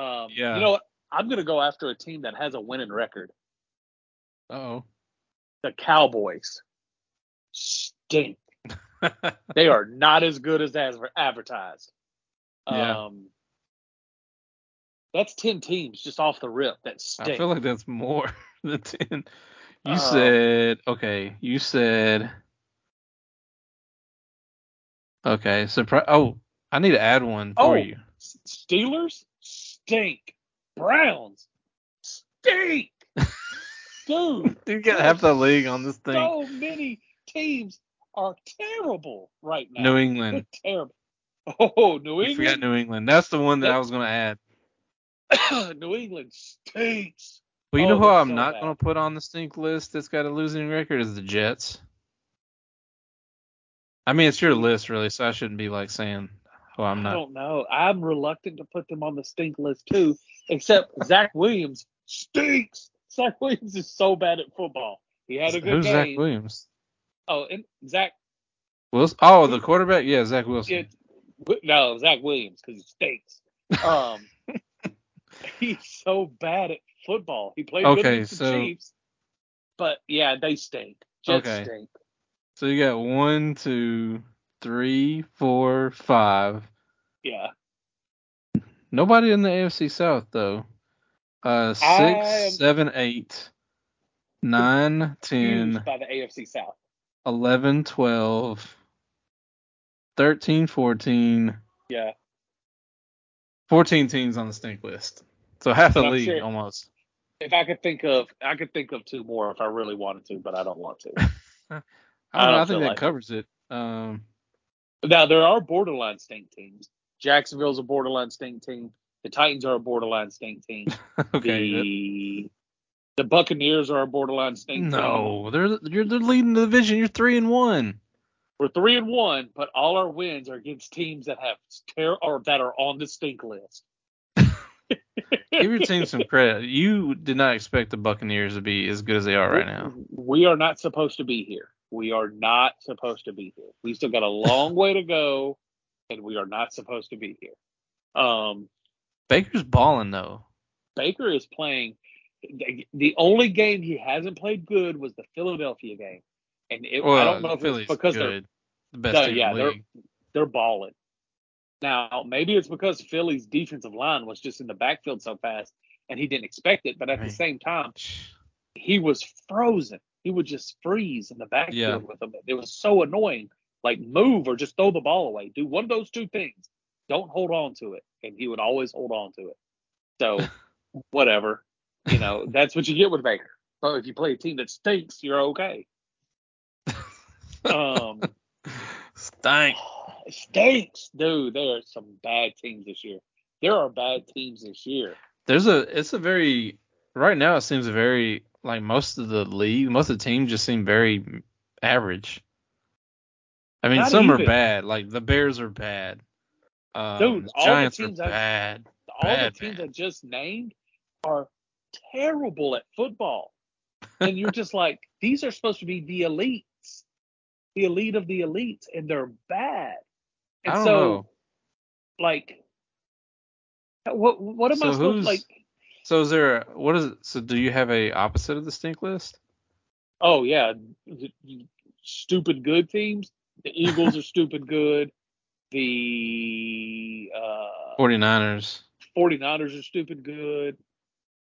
[SPEAKER 1] Um,
[SPEAKER 2] Yeah.
[SPEAKER 1] You know what? I'm gonna go after a team that has a winning record.
[SPEAKER 2] oh.
[SPEAKER 1] The Cowboys
[SPEAKER 2] (laughs)
[SPEAKER 1] stink. they are not as good as adver- advertised. Um,
[SPEAKER 2] Yeah.
[SPEAKER 1] That's 10 teams just off the rip that stink.
[SPEAKER 2] I feel like that's more (laughs) than 10. You
[SPEAKER 1] Uh,
[SPEAKER 2] said, okay, you said, okay, surprise. Oh, I need to add one for
[SPEAKER 1] Oh.
[SPEAKER 2] you.
[SPEAKER 1] S- Steelers stink. Browns
[SPEAKER 2] (laughs)
[SPEAKER 1] stink. Dude,
[SPEAKER 2] You got half the
[SPEAKER 1] (laughs)
[SPEAKER 2] league on this thing.
[SPEAKER 1] so many teams are terrible right now.
[SPEAKER 2] New England.
[SPEAKER 1] They're terrible. Oh, New
[SPEAKER 2] You forgot
[SPEAKER 1] England.
[SPEAKER 2] New England. That's the one that
[SPEAKER 1] That-
[SPEAKER 2] I was going to add.
[SPEAKER 1] (clears throat) New England stinks.
[SPEAKER 2] Well, you know
[SPEAKER 1] Oh,
[SPEAKER 2] who
[SPEAKER 1] they're
[SPEAKER 2] I'm
[SPEAKER 1] so
[SPEAKER 2] not
[SPEAKER 1] bad.
[SPEAKER 2] going to put on the stink list that's got a losing record is the Jets. I mean, it's your list, really, so I shouldn't be like saying, "Oh, I'm
[SPEAKER 1] I
[SPEAKER 2] not."
[SPEAKER 1] don't know. I'm reluctant to put them on the stink list too, except Zach Williams stinks. Zach Williams is so bad at football. He had a good
[SPEAKER 2] Who's Zach
[SPEAKER 1] game.
[SPEAKER 2] Williams?
[SPEAKER 1] oh, and Zach,
[SPEAKER 2] Wilson? Oh, the quarterback? Yeah, Zach Wilson.
[SPEAKER 1] it, no, Zach Williams because he stinks.
[SPEAKER 2] (laughs)
[SPEAKER 1] Um, he's so bad at football. He played good
[SPEAKER 2] Okay,
[SPEAKER 1] against the
[SPEAKER 2] so-
[SPEAKER 1] Chiefs, but yeah, they stink. Jets
[SPEAKER 2] Okay.
[SPEAKER 1] stink.
[SPEAKER 2] So you got one, two, three, four, five.
[SPEAKER 1] Yeah,
[SPEAKER 2] Nobody in the AFC South though. Uh,
[SPEAKER 1] I am
[SPEAKER 2] six, seven, eight, nine, ten,
[SPEAKER 1] used by the AFC South.
[SPEAKER 2] eleven, twelve, thirteen, fourteen,
[SPEAKER 1] Yeah,
[SPEAKER 2] fourteen teams on the stink list. So half the
[SPEAKER 1] But I'm
[SPEAKER 2] league
[SPEAKER 1] sure-
[SPEAKER 2] almost.
[SPEAKER 1] if I could think of, I could think of two more if I really wanted to, but I don't want to.
[SPEAKER 2] I don't
[SPEAKER 1] I
[SPEAKER 2] know. I
[SPEAKER 1] don't
[SPEAKER 2] think
[SPEAKER 1] feel
[SPEAKER 2] that
[SPEAKER 1] like it.
[SPEAKER 2] covers it. Um, (laughs)
[SPEAKER 1] Now there are borderline stink teams. Jacksonville's a
[SPEAKER 2] (laughs)
[SPEAKER 1] borderline stink team. The Titans are a borderline stink team.
[SPEAKER 2] okay.
[SPEAKER 1] The The Buccaneers are a borderline stink.
[SPEAKER 2] No, they're you're, they're leading the division. You're three and
[SPEAKER 1] (laughs)
[SPEAKER 2] one.
[SPEAKER 1] We're three and one, but all our wins are against teams that have ter- or that are on the stink list.
[SPEAKER 2] Give your team some credit. You did not expect the Buccaneers to be as good as they are right now.
[SPEAKER 1] We are not supposed to be here. We are not supposed to be here. We still got a
[SPEAKER 2] (laughs)
[SPEAKER 1] long way to go, and we are not supposed to be here. Um,
[SPEAKER 2] Baker's balling though.
[SPEAKER 1] Baker is playing. the- The only game he hasn't played good was the Philadelphia game, and it,
[SPEAKER 2] Well,
[SPEAKER 1] I don't know if
[SPEAKER 2] Philly's
[SPEAKER 1] it's because they're
[SPEAKER 2] good. The best
[SPEAKER 1] No,
[SPEAKER 2] team
[SPEAKER 1] yeah,
[SPEAKER 2] in the
[SPEAKER 1] they're-
[SPEAKER 2] league. (sighs)
[SPEAKER 1] they're balling. Now, maybe it's because Philly's defensive line was just in the backfield so fast and he didn't expect it, but at
[SPEAKER 2] Right.
[SPEAKER 1] the same time, he was frozen. He would just freeze in the backfield
[SPEAKER 2] Yeah.
[SPEAKER 1] with them. It was so annoying. Like move or just throw the ball away. Do one of those two things. Don't hold on to it. And he would always hold on to it. So whatever. You know, that's what you get with Baker. So if you play a team that stinks, you're okay. Um
[SPEAKER 2] Stank.
[SPEAKER 1] It stinks, dude. There are some bad teams this year. There are bad teams this year.
[SPEAKER 2] There's a it's a very right now it seems very like most of the league, most of the teams just seem very average. I mean,
[SPEAKER 1] Not
[SPEAKER 2] some are
[SPEAKER 1] even.
[SPEAKER 2] bad. Like the Bears are bad. Um,
[SPEAKER 1] Dude,
[SPEAKER 2] the
[SPEAKER 1] all the
[SPEAKER 2] Giants
[SPEAKER 1] teams
[SPEAKER 2] are
[SPEAKER 1] I-
[SPEAKER 2] bad.
[SPEAKER 1] All
[SPEAKER 2] Bad,
[SPEAKER 1] the teams
[SPEAKER 2] bad.
[SPEAKER 1] I just named are terrible at football. And you're
[SPEAKER 2] (laughs)
[SPEAKER 1] just like, these are supposed to be the elites, the elite of the elites, and they're bad. And
[SPEAKER 2] I don't
[SPEAKER 1] so,
[SPEAKER 2] know.
[SPEAKER 1] like, what what am
[SPEAKER 2] So
[SPEAKER 1] I supposed
[SPEAKER 2] who's-
[SPEAKER 1] to like?
[SPEAKER 2] So is there a- what is it? So do you have a opposite of the stink list?
[SPEAKER 1] Oh yeah, th- th- stupid good teams. The Eagles are stupid good. The uh,
[SPEAKER 2] 49ers.
[SPEAKER 1] 49ers are stupid good.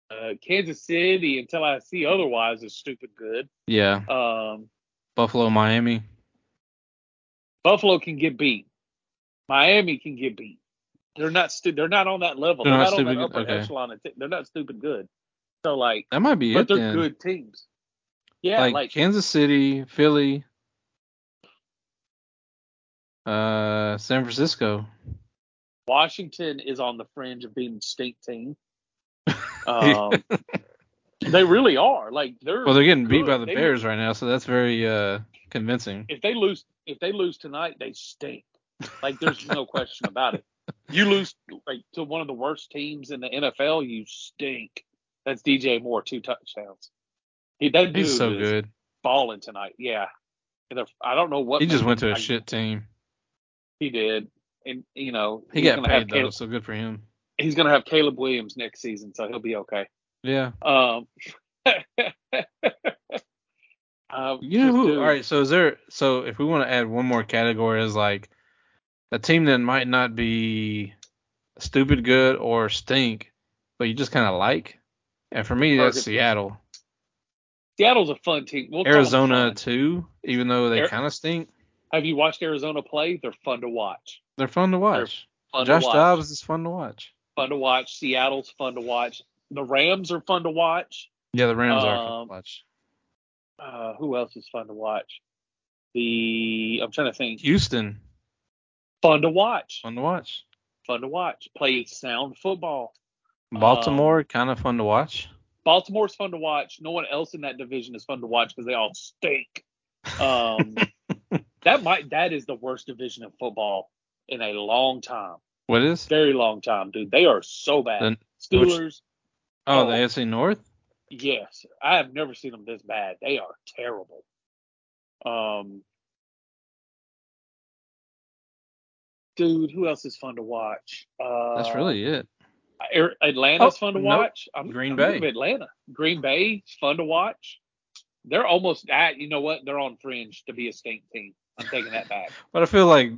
[SPEAKER 1] Uh, Kansas City, until I see otherwise, is stupid good.
[SPEAKER 2] Yeah.
[SPEAKER 1] Um,
[SPEAKER 2] Buffalo, Miami.
[SPEAKER 1] Buffalo can get beat. Miami can get beat. They're not stu- They're not on that level.
[SPEAKER 2] They're
[SPEAKER 1] They're,
[SPEAKER 2] not
[SPEAKER 1] not, on that
[SPEAKER 2] stupid good,
[SPEAKER 1] upper
[SPEAKER 2] okay.
[SPEAKER 1] echelon. Of t- they're not stupid good. So like,
[SPEAKER 2] That might be
[SPEAKER 1] but
[SPEAKER 2] it
[SPEAKER 1] they're
[SPEAKER 2] then.
[SPEAKER 1] good teams. Yeah,
[SPEAKER 2] like,
[SPEAKER 1] like,
[SPEAKER 2] Kansas City, Philly, uh, San Francisco.
[SPEAKER 1] Washington is on the fringe of being a stink
[SPEAKER 2] (laughs)
[SPEAKER 1] team. Um, they really are. Like they're
[SPEAKER 2] Well, they're getting beat
[SPEAKER 1] good.
[SPEAKER 2] by the
[SPEAKER 1] They-
[SPEAKER 2] Bears right now, so that's very uh, convincing.
[SPEAKER 1] if they lose if they lose tonight, they stink. Like there's no question about it. You lose like to one of the worst teams in the NFL, you stink. That's DJ Moore, two touchdowns. He that dude
[SPEAKER 2] He's so
[SPEAKER 1] is
[SPEAKER 2] good.
[SPEAKER 1] balling tonight. Yeah, And they're- I don't know what
[SPEAKER 2] He just
[SPEAKER 1] made
[SPEAKER 2] went
[SPEAKER 1] him-
[SPEAKER 2] to a
[SPEAKER 1] I-
[SPEAKER 2] shit team.
[SPEAKER 1] He did, and you know
[SPEAKER 2] He
[SPEAKER 1] he's
[SPEAKER 2] got
[SPEAKER 1] gonna have
[SPEAKER 2] paid though,
[SPEAKER 1] Caleb,
[SPEAKER 2] so good for him.
[SPEAKER 1] he's gonna have Caleb Williams next season, so he'll be okay.
[SPEAKER 2] Yeah.
[SPEAKER 1] Um, (laughs) um,
[SPEAKER 2] You know
[SPEAKER 1] just
[SPEAKER 2] who?
[SPEAKER 1] dude,
[SPEAKER 2] All right. So is there? So if we want to add one more category, is like a team that might not be stupid good or stink, but you just kind of like. And for me, that's
[SPEAKER 1] Perfect.
[SPEAKER 2] Seattle,
[SPEAKER 1] Seattle's a fun team. We'll call them
[SPEAKER 2] Arizona
[SPEAKER 1] fun.
[SPEAKER 2] too. Even though they
[SPEAKER 1] Ar-
[SPEAKER 2] kind of stink,
[SPEAKER 1] Have you watched Arizona play? They're fun to watch.
[SPEAKER 2] they're fun to watch.
[SPEAKER 1] Fun
[SPEAKER 2] Josh
[SPEAKER 1] to watch.
[SPEAKER 2] Dobbs is fun to watch.
[SPEAKER 1] fun to watch. Seattle's fun to watch. The Rams are fun to watch.
[SPEAKER 2] Yeah, the Rams are fun
[SPEAKER 1] Um,
[SPEAKER 2] to watch.
[SPEAKER 1] Uh, who else is fun to watch? The I'm trying to think.
[SPEAKER 2] Houston,
[SPEAKER 1] Fun to watch.
[SPEAKER 2] fun to watch.
[SPEAKER 1] Fun to watch. Play sound football.
[SPEAKER 2] Baltimore,
[SPEAKER 1] Um,
[SPEAKER 2] kind of fun to watch.
[SPEAKER 1] Baltimore's fun to watch. No one else in that division is fun to watch because they all stink. Um, that might that is the worst division of football in a long time,
[SPEAKER 2] What is?
[SPEAKER 1] very long time, dude. They are so bad.
[SPEAKER 2] Then- which-
[SPEAKER 1] Steelers,
[SPEAKER 2] Oh, the
[SPEAKER 1] oh.
[SPEAKER 2] AFC North.
[SPEAKER 1] Yes, I have never seen them this bad. They are terrible. Um, dude, who else is fun to watch? Uh,
[SPEAKER 2] That's really it.
[SPEAKER 1] Ar- Atlanta's
[SPEAKER 2] Oh,
[SPEAKER 1] fun to
[SPEAKER 2] nope.
[SPEAKER 1] watch. I'm,
[SPEAKER 2] Green
[SPEAKER 1] I'm
[SPEAKER 2] Bay.
[SPEAKER 1] giving Atlanta, Green Bay, fun to watch. They're almost at. You know what? They're on fringe to be a stink team. I'm taking that
[SPEAKER 2] (laughs)
[SPEAKER 1] back.
[SPEAKER 2] But I feel like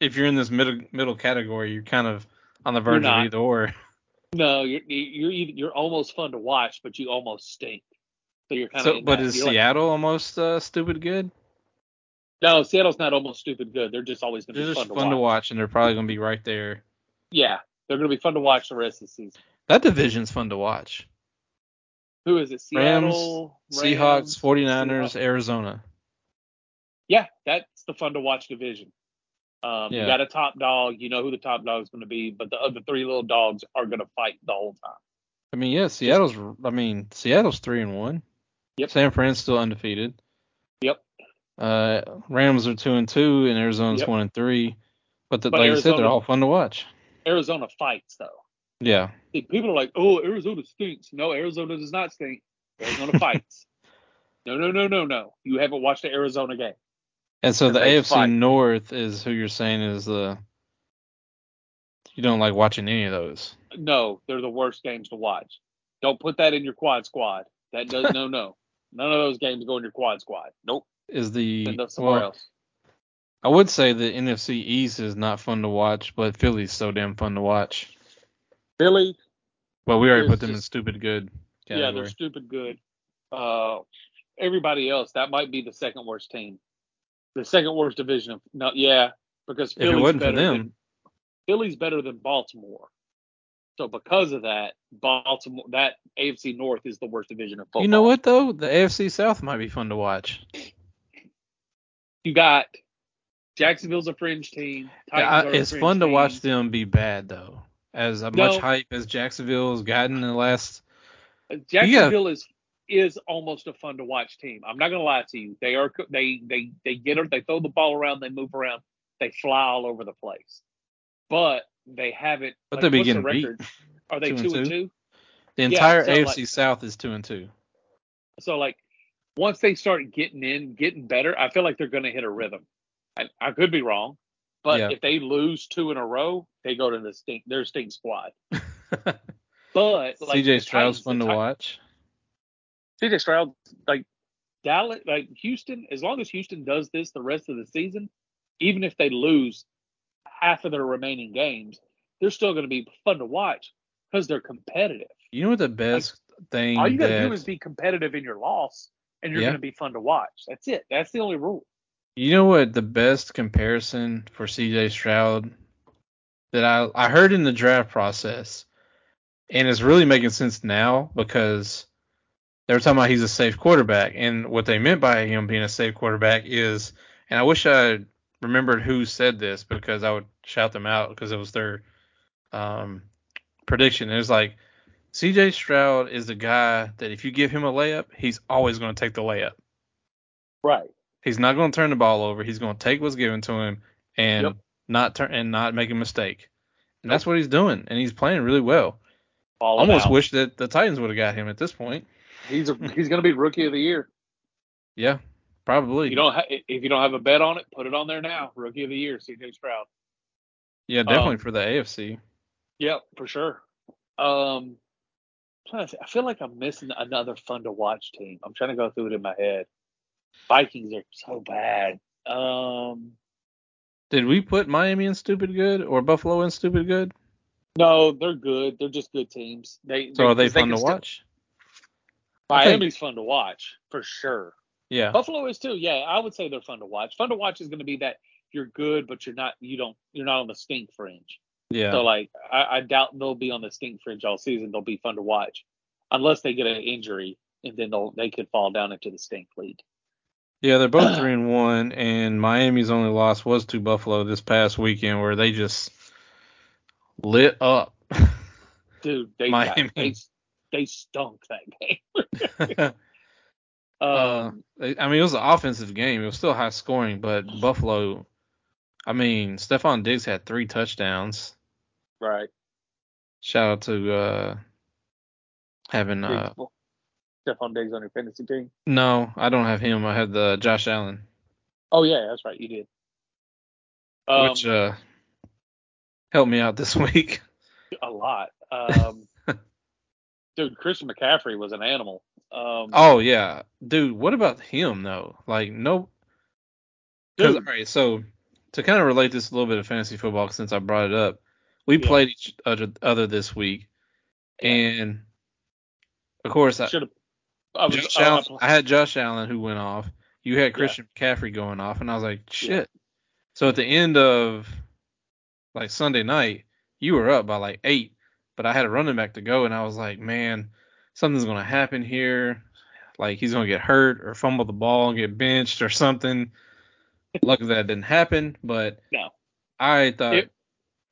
[SPEAKER 2] if you're in this middle middle category, you're kind of on the verge of
[SPEAKER 1] not.
[SPEAKER 2] either or.
[SPEAKER 1] No, you're you're either- you're almost fun to watch, but you almost stink. So you're kind
[SPEAKER 2] So,
[SPEAKER 1] of.
[SPEAKER 2] but is
[SPEAKER 1] you're like,
[SPEAKER 2] Seattle almost uh, stupid good?
[SPEAKER 1] no, Seattle's not almost stupid good. They're just always going
[SPEAKER 2] They're
[SPEAKER 1] to be
[SPEAKER 2] just
[SPEAKER 1] fun,
[SPEAKER 2] fun, to, watch, and they're probably going to be right there.
[SPEAKER 1] Yeah, they're going to be fun to watch the rest of the season.
[SPEAKER 2] That division's fun to watch.
[SPEAKER 1] Who is it?
[SPEAKER 2] Rams,
[SPEAKER 1] Seattle,
[SPEAKER 2] Seahawks,
[SPEAKER 1] Rams,
[SPEAKER 2] 49ers,
[SPEAKER 1] Seahawks.
[SPEAKER 2] Arizona.
[SPEAKER 1] Yeah, that's the fun to watch division. Um,
[SPEAKER 2] Yeah.
[SPEAKER 1] You got a top dog. You know who the top dog is going to be, but the other three little dogs are going to fight the whole time.
[SPEAKER 2] I mean, yeah, Seattle's. I mean, Seattle's three and one.
[SPEAKER 1] Yep.
[SPEAKER 2] San Fran's still undefeated.
[SPEAKER 1] Yep.
[SPEAKER 2] Uh, Rams are two and two, and Arizona's
[SPEAKER 1] Yep.
[SPEAKER 2] one and three. But, the,
[SPEAKER 1] But
[SPEAKER 2] like you said, they're
[SPEAKER 1] Arizona-
[SPEAKER 2] all fun to watch.
[SPEAKER 1] Arizona fights though.
[SPEAKER 2] Yeah.
[SPEAKER 1] See, people are like, "Oh, Arizona stinks." No, Arizona does not stink.
[SPEAKER 2] (laughs)
[SPEAKER 1] Arizona fights. No, no, no, no, no. You haven't watched the Arizona game.
[SPEAKER 2] And so
[SPEAKER 3] 'Cause
[SPEAKER 2] the
[SPEAKER 3] they
[SPEAKER 2] AFC
[SPEAKER 3] fight.
[SPEAKER 2] North is who you're saying is the. You don't like watching any of those.
[SPEAKER 1] No, they're the worst games to watch. Don't put that in your quad squad. That does no,
[SPEAKER 2] (laughs)
[SPEAKER 1] no. None of those games go in your quad squad. Nope.
[SPEAKER 2] Is the
[SPEAKER 1] Send us somewhere
[SPEAKER 2] well,
[SPEAKER 1] else.
[SPEAKER 2] I would say the NFC East is not fun to watch, but Philly's so damn fun to watch.
[SPEAKER 1] Philly,
[SPEAKER 2] But we already
[SPEAKER 1] It's
[SPEAKER 2] put them in
[SPEAKER 1] just-
[SPEAKER 2] stupid good
[SPEAKER 1] yeah,
[SPEAKER 2] category.
[SPEAKER 1] they're stupid good. Uh, everybody else, that might be the second worst team. The second worst division of no, yeah, because
[SPEAKER 2] if
[SPEAKER 1] Philly's
[SPEAKER 2] it wasn't for
[SPEAKER 1] better
[SPEAKER 2] them,
[SPEAKER 1] than Philly's better than Baltimore. So because of that, Baltimore that AFC North is the worst division of football.
[SPEAKER 2] you know what though? The AFC South might be fun to watch.
[SPEAKER 1] You got Jacksonville's a fringe team.
[SPEAKER 2] I-
[SPEAKER 1] Titans are a
[SPEAKER 2] it's
[SPEAKER 1] fringe
[SPEAKER 2] fun to
[SPEAKER 1] team.
[SPEAKER 2] watch them be bad though. As much hype as Jacksonville has gotten in the last,
[SPEAKER 1] Jacksonville is is almost a fun to watch team. I'm not gonna lie to you. They are co- they they they get it. They throw the ball around. They move around. They fly all over the place. But they haven't.
[SPEAKER 2] But
[SPEAKER 1] like,
[SPEAKER 2] they're
[SPEAKER 1] what's the
[SPEAKER 2] getting beat.
[SPEAKER 1] record? Are they
[SPEAKER 2] Two and
[SPEAKER 1] two and
[SPEAKER 2] two.
[SPEAKER 1] two?
[SPEAKER 2] the
[SPEAKER 1] Yeah,
[SPEAKER 2] entire
[SPEAKER 1] so, like-
[SPEAKER 2] AFC South is two and two.
[SPEAKER 1] So like once they start getting in, getting better, I feel like they're gonna hit a rhythm. I, I could be wrong, but
[SPEAKER 2] Yeah.
[SPEAKER 1] if they lose two in a row, they go to the stink their stink
[SPEAKER 2] (laughs)
[SPEAKER 1] squad. But like the
[SPEAKER 2] CJ
[SPEAKER 1] Titans,
[SPEAKER 2] Stroud's fun
[SPEAKER 1] the
[SPEAKER 2] to
[SPEAKER 1] Ti-
[SPEAKER 2] watch.
[SPEAKER 1] CJ Stroud, like Dallas, like Houston, as long as Houston does this the rest of the season, even if they lose half of their remaining games, they're still going to be fun to watch because they're competitive.
[SPEAKER 2] You know what the best thing
[SPEAKER 1] All you got to
[SPEAKER 2] that
[SPEAKER 1] do is be competitive in your loss, and you're
[SPEAKER 2] Yeah.
[SPEAKER 1] going to be fun to watch. That's it. That's the only rule.
[SPEAKER 2] You know what the best comparison for CJ Stroud that I I heard in the draft process, and it's really making sense now because they were talking about he's a safe quarterback, and what they meant by him being a safe quarterback is, and I wish I remembered who said this because I would shout them out because it was their um, prediction. It was like CJ Stroud is the guy that if you give him a layup, he's always going to take the layup.
[SPEAKER 1] Right.
[SPEAKER 2] He's not going to turn the ball over. He's going to take what's given to him and
[SPEAKER 1] Yep.
[SPEAKER 2] not turn and not make a mistake. And that's what he's doing, and he's playing really well.
[SPEAKER 1] All
[SPEAKER 2] Almost
[SPEAKER 1] about.
[SPEAKER 2] wish that the Titans would have got him at this point.
[SPEAKER 1] he's a, he's going to be rookie of the
[SPEAKER 2] (laughs)
[SPEAKER 1] year.
[SPEAKER 2] Yeah, probably.
[SPEAKER 1] You don't ha- if you don't have a bet on it, put it on there now. Rookie of the year, CJ Stroud.
[SPEAKER 2] yeah, definitely
[SPEAKER 1] um,
[SPEAKER 2] for the AFC.
[SPEAKER 1] Yeah, for sure. Um, I'm trying to th- I feel like I'm missing another fun to watch team. I'm trying to go through it in my head. Vikings are so bad. Um,
[SPEAKER 2] Did we put Miami in stupid good or Buffalo in stupid good?
[SPEAKER 1] no, they're good. They're just good teams. They
[SPEAKER 2] So are they
[SPEAKER 1] 'cause
[SPEAKER 2] fun
[SPEAKER 1] can
[SPEAKER 2] to
[SPEAKER 1] still-
[SPEAKER 2] watch? I think-
[SPEAKER 1] Miami's fun to watch for sure.
[SPEAKER 2] Yeah,
[SPEAKER 1] Buffalo is too. Yeah, I would say they're fun to watch. Fun to watch is going to be that you're good, but you're not. You don't. You're not on the stink fringe.
[SPEAKER 2] yeah.
[SPEAKER 1] So like I, I doubt they'll be on the stink fringe all season. They'll be fun to watch, unless they get an injury and then they'll they could fall down into the stink league.
[SPEAKER 2] Yeah,
[SPEAKER 1] (clears throat)
[SPEAKER 2] they're both three and one, and Miami's only loss was to Buffalo this past weekend, where they just lit
[SPEAKER 1] (laughs)
[SPEAKER 2] up.
[SPEAKER 1] Dude, they got,
[SPEAKER 2] (laughs) Miami.
[SPEAKER 1] they they stunk that game. Um,
[SPEAKER 2] Uh, I I mean, it was an offensive game. It was still high scoring, but Buffalo. I mean, Stephon Diggs had three touchdowns.
[SPEAKER 1] right.
[SPEAKER 2] Shout out to uh, having uh,
[SPEAKER 1] Diggs- Stephon Diggs on your fantasy team.
[SPEAKER 2] no, I don't have him. I had the Josh Allen,
[SPEAKER 1] Oh yeah, that's right. You did. Um,
[SPEAKER 2] which uh, helped me out this (laughs) week.
[SPEAKER 1] (laughs) a lot.
[SPEAKER 2] (laughs)
[SPEAKER 1] Um, dude, Christian McCaffrey was an animal. Um,
[SPEAKER 2] Oh yeah, dude. What about him though? Like no, Because,
[SPEAKER 1] dude,
[SPEAKER 2] all right, so to kind of relate this a little bit of fantasy football, since I brought it up, we
[SPEAKER 1] Yeah.
[SPEAKER 2] played each other, other this week,
[SPEAKER 1] Yeah.
[SPEAKER 2] and of course, I,
[SPEAKER 1] should have. I was.
[SPEAKER 2] Josh
[SPEAKER 1] I- I-
[SPEAKER 2] Allen, I had Josh Allen who went off. You had Christian McCaffrey going off, and I was like, shit. So at the end of like Sunday night, you were up by like eight, but I had a running back to go, and I was like, man, something's gonna happen here. Like he's gonna get hurt or fumble the ball and get benched or something. Luckily that didn't happen, but
[SPEAKER 1] No.
[SPEAKER 2] I thought
[SPEAKER 1] It-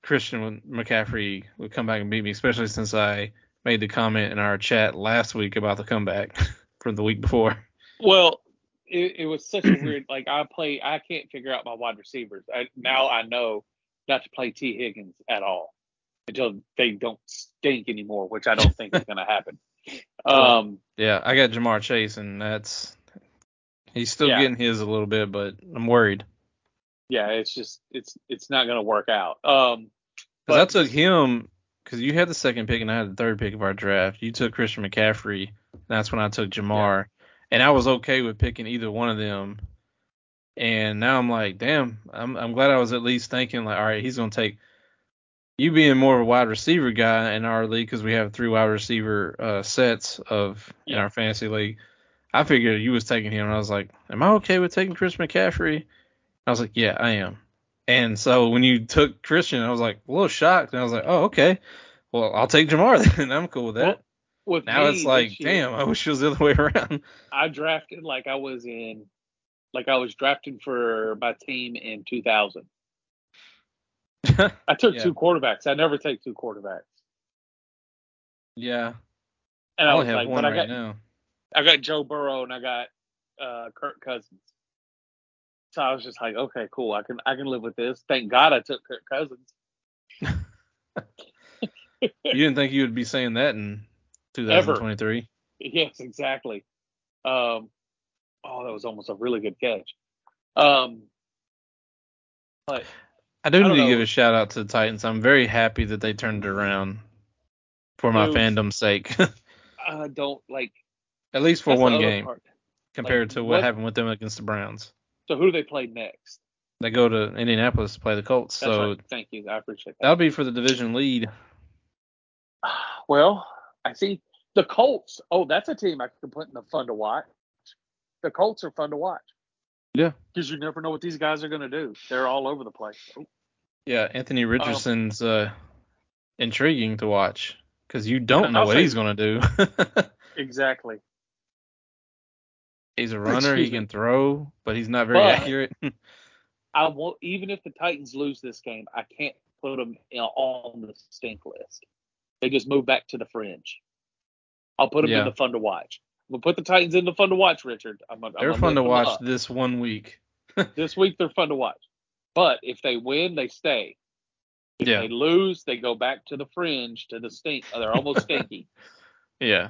[SPEAKER 2] Christian would- McCaffrey would come back and beat me, especially since I made the comment in our chat last week about the comeback (laughs) from the week before.
[SPEAKER 1] Well, it, it was
[SPEAKER 2] (clears throat)
[SPEAKER 1] such a weird. Like I play, I can't figure out my wide receivers. I, now I know not to play T Higgins at all until they don't stink anymore, which I don't think is going to
[SPEAKER 2] (laughs)
[SPEAKER 1] happen. Um,
[SPEAKER 2] Yeah, I got Jamar Chase, and that's he's still
[SPEAKER 1] Yeah.
[SPEAKER 2] getting his a little bit, but I'm worried.
[SPEAKER 1] yeah, it's just it's it's not going to work out. Um,
[SPEAKER 2] 'Cause I
[SPEAKER 1] but-
[SPEAKER 2] took him because you had the second pick and I had the third pick of our draft. You took Christian McCaffrey, and that's when I took Jamar, and I was okay with picking either one of them. And now I'm like, damn, I'm I'm glad I was at least thinking like, all right, he's gonna take you being more of a wide receiver guy in our league because we have three wide receiver uh, sets of in
[SPEAKER 1] Yeah.
[SPEAKER 2] our fantasy league. I figured you was taking him, and I was like, am I okay with taking Chris McCaffrey? I was like, yeah, I am. And so when you took Christian, I was like a little shocked, and I was like, oh okay, well I'll take Jamar (laughs) then. I'm cool with that.
[SPEAKER 1] Well, with
[SPEAKER 2] now
[SPEAKER 1] me
[SPEAKER 2] it's like,
[SPEAKER 1] this year,
[SPEAKER 2] damn, I wish it was the other way
[SPEAKER 1] (laughs)
[SPEAKER 2] around.
[SPEAKER 1] I drafted like I was in, like I was drafting for my team in
[SPEAKER 2] (laughs)
[SPEAKER 1] 2000. I took
[SPEAKER 2] Yeah.
[SPEAKER 1] two quarterbacks. I never take two quarterbacks.
[SPEAKER 2] yeah,
[SPEAKER 1] And
[SPEAKER 2] I
[SPEAKER 1] I,
[SPEAKER 2] only
[SPEAKER 1] was
[SPEAKER 2] have
[SPEAKER 1] like,
[SPEAKER 2] one
[SPEAKER 1] but I got (laughs)
[SPEAKER 2] right now.
[SPEAKER 1] I got Joe Burrow and I got uh, Kirk Cousins. So I was just like, okay, cool. I can I can live with this. Thank God I took Kirk Cousins. (laughs)
[SPEAKER 2] You didn't think you would be saying that in 2023.
[SPEAKER 1] Yes, exactly. Um, oh, that was almost a really good catch. Um, but
[SPEAKER 2] I do
[SPEAKER 1] I
[SPEAKER 2] need
[SPEAKER 1] don't
[SPEAKER 2] to
[SPEAKER 1] know.
[SPEAKER 2] give a shout out to the Titans. I'm very happy that they turned it around for my
[SPEAKER 1] Oof.
[SPEAKER 2] fandom's sake, (laughs)
[SPEAKER 1] I don't like
[SPEAKER 2] at least for
[SPEAKER 1] that's the
[SPEAKER 2] one
[SPEAKER 1] other
[SPEAKER 2] game
[SPEAKER 1] part.
[SPEAKER 2] compared
[SPEAKER 1] Like,
[SPEAKER 2] to what,
[SPEAKER 1] what-
[SPEAKER 2] happened with them against the Browns.
[SPEAKER 1] So who do they play next?
[SPEAKER 2] They go to Indianapolis to play the Colts,
[SPEAKER 1] That's
[SPEAKER 2] so
[SPEAKER 1] right. Thank you. I appreciate that.
[SPEAKER 2] that'll be for the division lead.
[SPEAKER 1] Well, I see the Colts. Oh, that's a team I can put in the fun to watch. The Colts are fun to watch.
[SPEAKER 2] Yeah.
[SPEAKER 1] Because you never know what these guys are going to do. They're all over the place.
[SPEAKER 2] Yeah, Anthony
[SPEAKER 1] Um,
[SPEAKER 2] Richardson's uh, intriguing to watch because you don't know
[SPEAKER 1] I'll
[SPEAKER 2] what
[SPEAKER 1] say-
[SPEAKER 2] he's gonna do. (laughs)
[SPEAKER 1] Exactly.
[SPEAKER 2] he's a runner,
[SPEAKER 1] (laughs)
[SPEAKER 2] he
[SPEAKER 1] Excuse me.
[SPEAKER 2] can throw, but he's not very
[SPEAKER 1] But- (laughs)
[SPEAKER 2] accurate.
[SPEAKER 1] I won't. Even if the Titans lose this game, I can't put them in, on the stink list. They just move back to the fringe. I'll put them
[SPEAKER 2] Yeah.
[SPEAKER 1] in the fun to watch. I'm gonna put the Titans in the fun to watch, Richard. I'm gonna, I'm
[SPEAKER 2] They're
[SPEAKER 1] gonna
[SPEAKER 2] fun to
[SPEAKER 1] lift them
[SPEAKER 2] watch
[SPEAKER 1] up.
[SPEAKER 2] this one week.
[SPEAKER 1] This week they're fun to watch. But if they win, they stay. If
[SPEAKER 2] Yeah.
[SPEAKER 1] they lose, they go back to the fringe, to the stink. They're
[SPEAKER 2] (laughs)
[SPEAKER 1] almost stinky.
[SPEAKER 2] Yeah.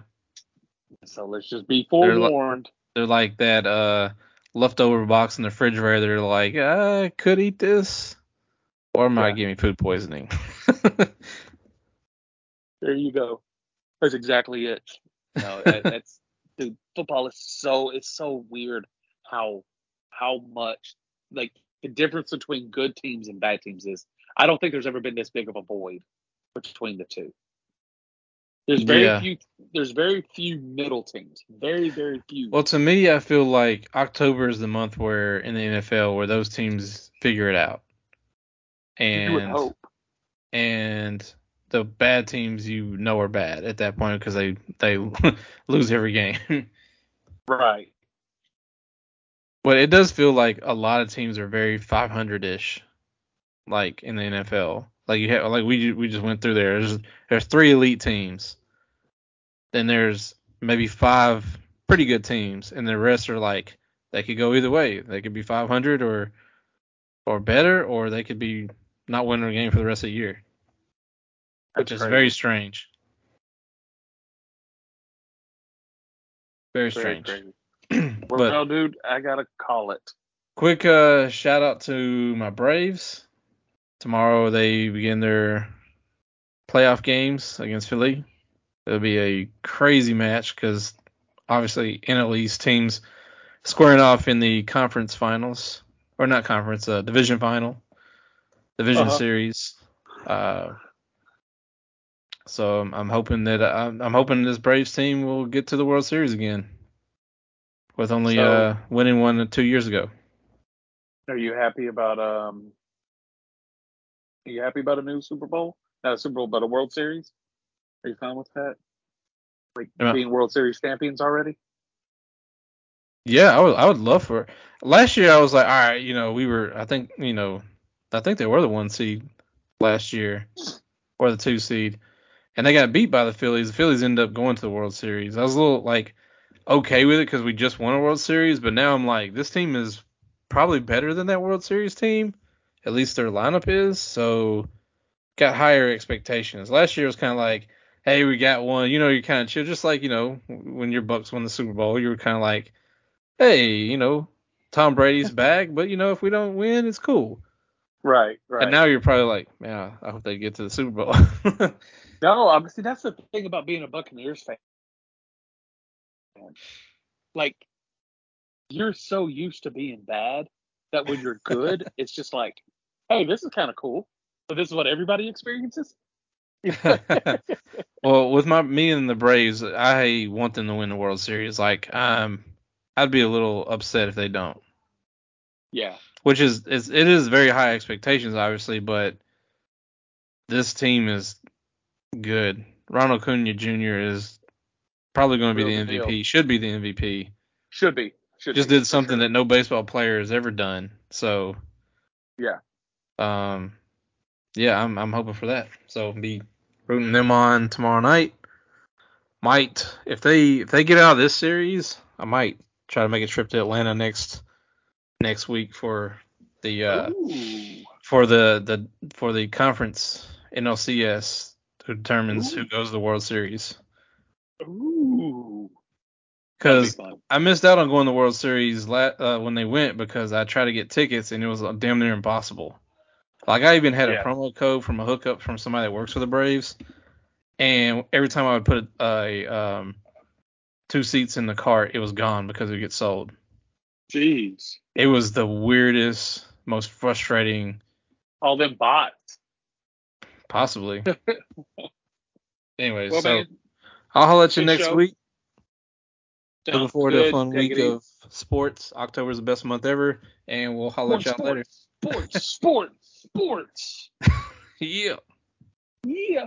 [SPEAKER 1] So let's just be
[SPEAKER 2] They're li-
[SPEAKER 1] forewarned.
[SPEAKER 2] They're like that uh leftover box in the refrigerator. They're like, I could eat this or it might
[SPEAKER 1] Yeah.
[SPEAKER 2] give me food poisoning.
[SPEAKER 1] there you go. That's exactly it. No, that, that's dude. Football is so it's so weird how how much like the difference between good teams and bad teams is. I don't think there's ever been this big of a void between the two. There's very
[SPEAKER 2] Yeah.
[SPEAKER 1] few. There's very few middle teams. Very very few.
[SPEAKER 2] well, to me, I feel like October is the month where in the NFL where those teams figure it out.
[SPEAKER 1] you would
[SPEAKER 2] And
[SPEAKER 1] hope.
[SPEAKER 2] and the bad teams you know are bad at that point because they they (laughs) lose every game. (laughs)
[SPEAKER 1] Right.
[SPEAKER 2] But it does feel like a lot of teams are very 500 ish, like in the NFL. Like you have, like we ju- we just went through there. There's there's three elite teams, then there's maybe five pretty good teams, and the rest are like they could go either way. They could be 500 or or better, or they could be not winning a game for the rest of the year, which
[SPEAKER 1] That's
[SPEAKER 2] is
[SPEAKER 1] crazy.
[SPEAKER 2] very strange. Very
[SPEAKER 1] Very
[SPEAKER 2] strange.
[SPEAKER 1] crazy.
[SPEAKER 2] (clears throat) but,
[SPEAKER 1] Well, dude, I gotta call it.
[SPEAKER 2] Quick uh, shout out to my Braves. Tomorrow they begin their playoff games against Philly. It'll be a crazy match because obviously NL East teams squaring off in the conference finals or not conference, uh, division final, division
[SPEAKER 1] Uh-huh.
[SPEAKER 2] series. Uh, so I'm, I'm hoping that I'm, I'm hoping this Braves team will get to the World Series again with only
[SPEAKER 1] So-
[SPEAKER 2] uh, winning one two years ago.
[SPEAKER 1] Are you happy about um? Are you happy about a new Super Bowl? Not a Super Bowl, but a World Series. Are you fine with that? Like
[SPEAKER 2] Yeah.
[SPEAKER 1] being World Series champions already?
[SPEAKER 2] Yeah, I would, I would love for. Last year, I was like, all right, you know, we were, I think, you know, I think they were the one seed last year or the two seed, and they got beat by the Phillies. The Phillies ended up going to the World Series. I was a little like okay with it because we just won a World Series, but now I'm like this team is probably better than that World Series team. At least their lineup is so got higher expectations. Last year was kind of like hey we got one. You know you're kind of chill, just like you know when your Bucks won the Super Bowl, you were kind of like hey you know Tom (laughs) Brady's back, but you know if we don't win it's cool.
[SPEAKER 1] Right, right.
[SPEAKER 2] And now you're probably like, man, I hope they get to the Super (laughs) Bowl.
[SPEAKER 1] no, obviously that's the thing about being a Buccaneers fan. Like, you're so used to being bad that when you're good,
[SPEAKER 2] (laughs)
[SPEAKER 1] it's just like, hey, this is kind of cool, but this is what everybody experiences.
[SPEAKER 2] well, with my me and the Braves, I want them to win the World Series. Like, um, I'd be a little upset if they don't.
[SPEAKER 1] Yeah,
[SPEAKER 2] which is, is it is very high expectations, obviously, but this team is good. Ronald Cunha Jr. is probably going to be Real the MVP. Deal. Should be the MVP.
[SPEAKER 1] Should be. Should
[SPEAKER 2] Just
[SPEAKER 1] be.
[SPEAKER 2] did something sure. that no baseball player has ever done. So.
[SPEAKER 1] Yeah.
[SPEAKER 2] Um. Yeah, I'm I'm hoping for that. So be rooting them on tomorrow night. Might if they if they get out of this series, I might try to make a trip to Atlanta next next week for the uh, Ooh. for the, the for the conference NLCS who determines Ooh. who goes to the World Series.
[SPEAKER 1] Ooh.
[SPEAKER 2] Because be I missed out on going to the World Series la- uh, when they went because I tried to get tickets and it was damn near impossible. Like I even had yeah. a promo code from a hookup from somebody that works for the Braves, and every time I would put a, um, two seats in the cart, it was gone because it gets sold.
[SPEAKER 1] Jeez.
[SPEAKER 2] It was the weirdest, most frustrating.
[SPEAKER 1] All them bots.
[SPEAKER 2] (laughs) Possibly. Anyways, well, so man, I'll holler at you next show. week. Sounds Looking forward good. to a fun Take week of sports. October's the best month ever, and we'll holler at y'all
[SPEAKER 1] sports,
[SPEAKER 2] later.
[SPEAKER 1] Sports, sports, sports.
[SPEAKER 2] (laughs) yeah.
[SPEAKER 1] Yeah.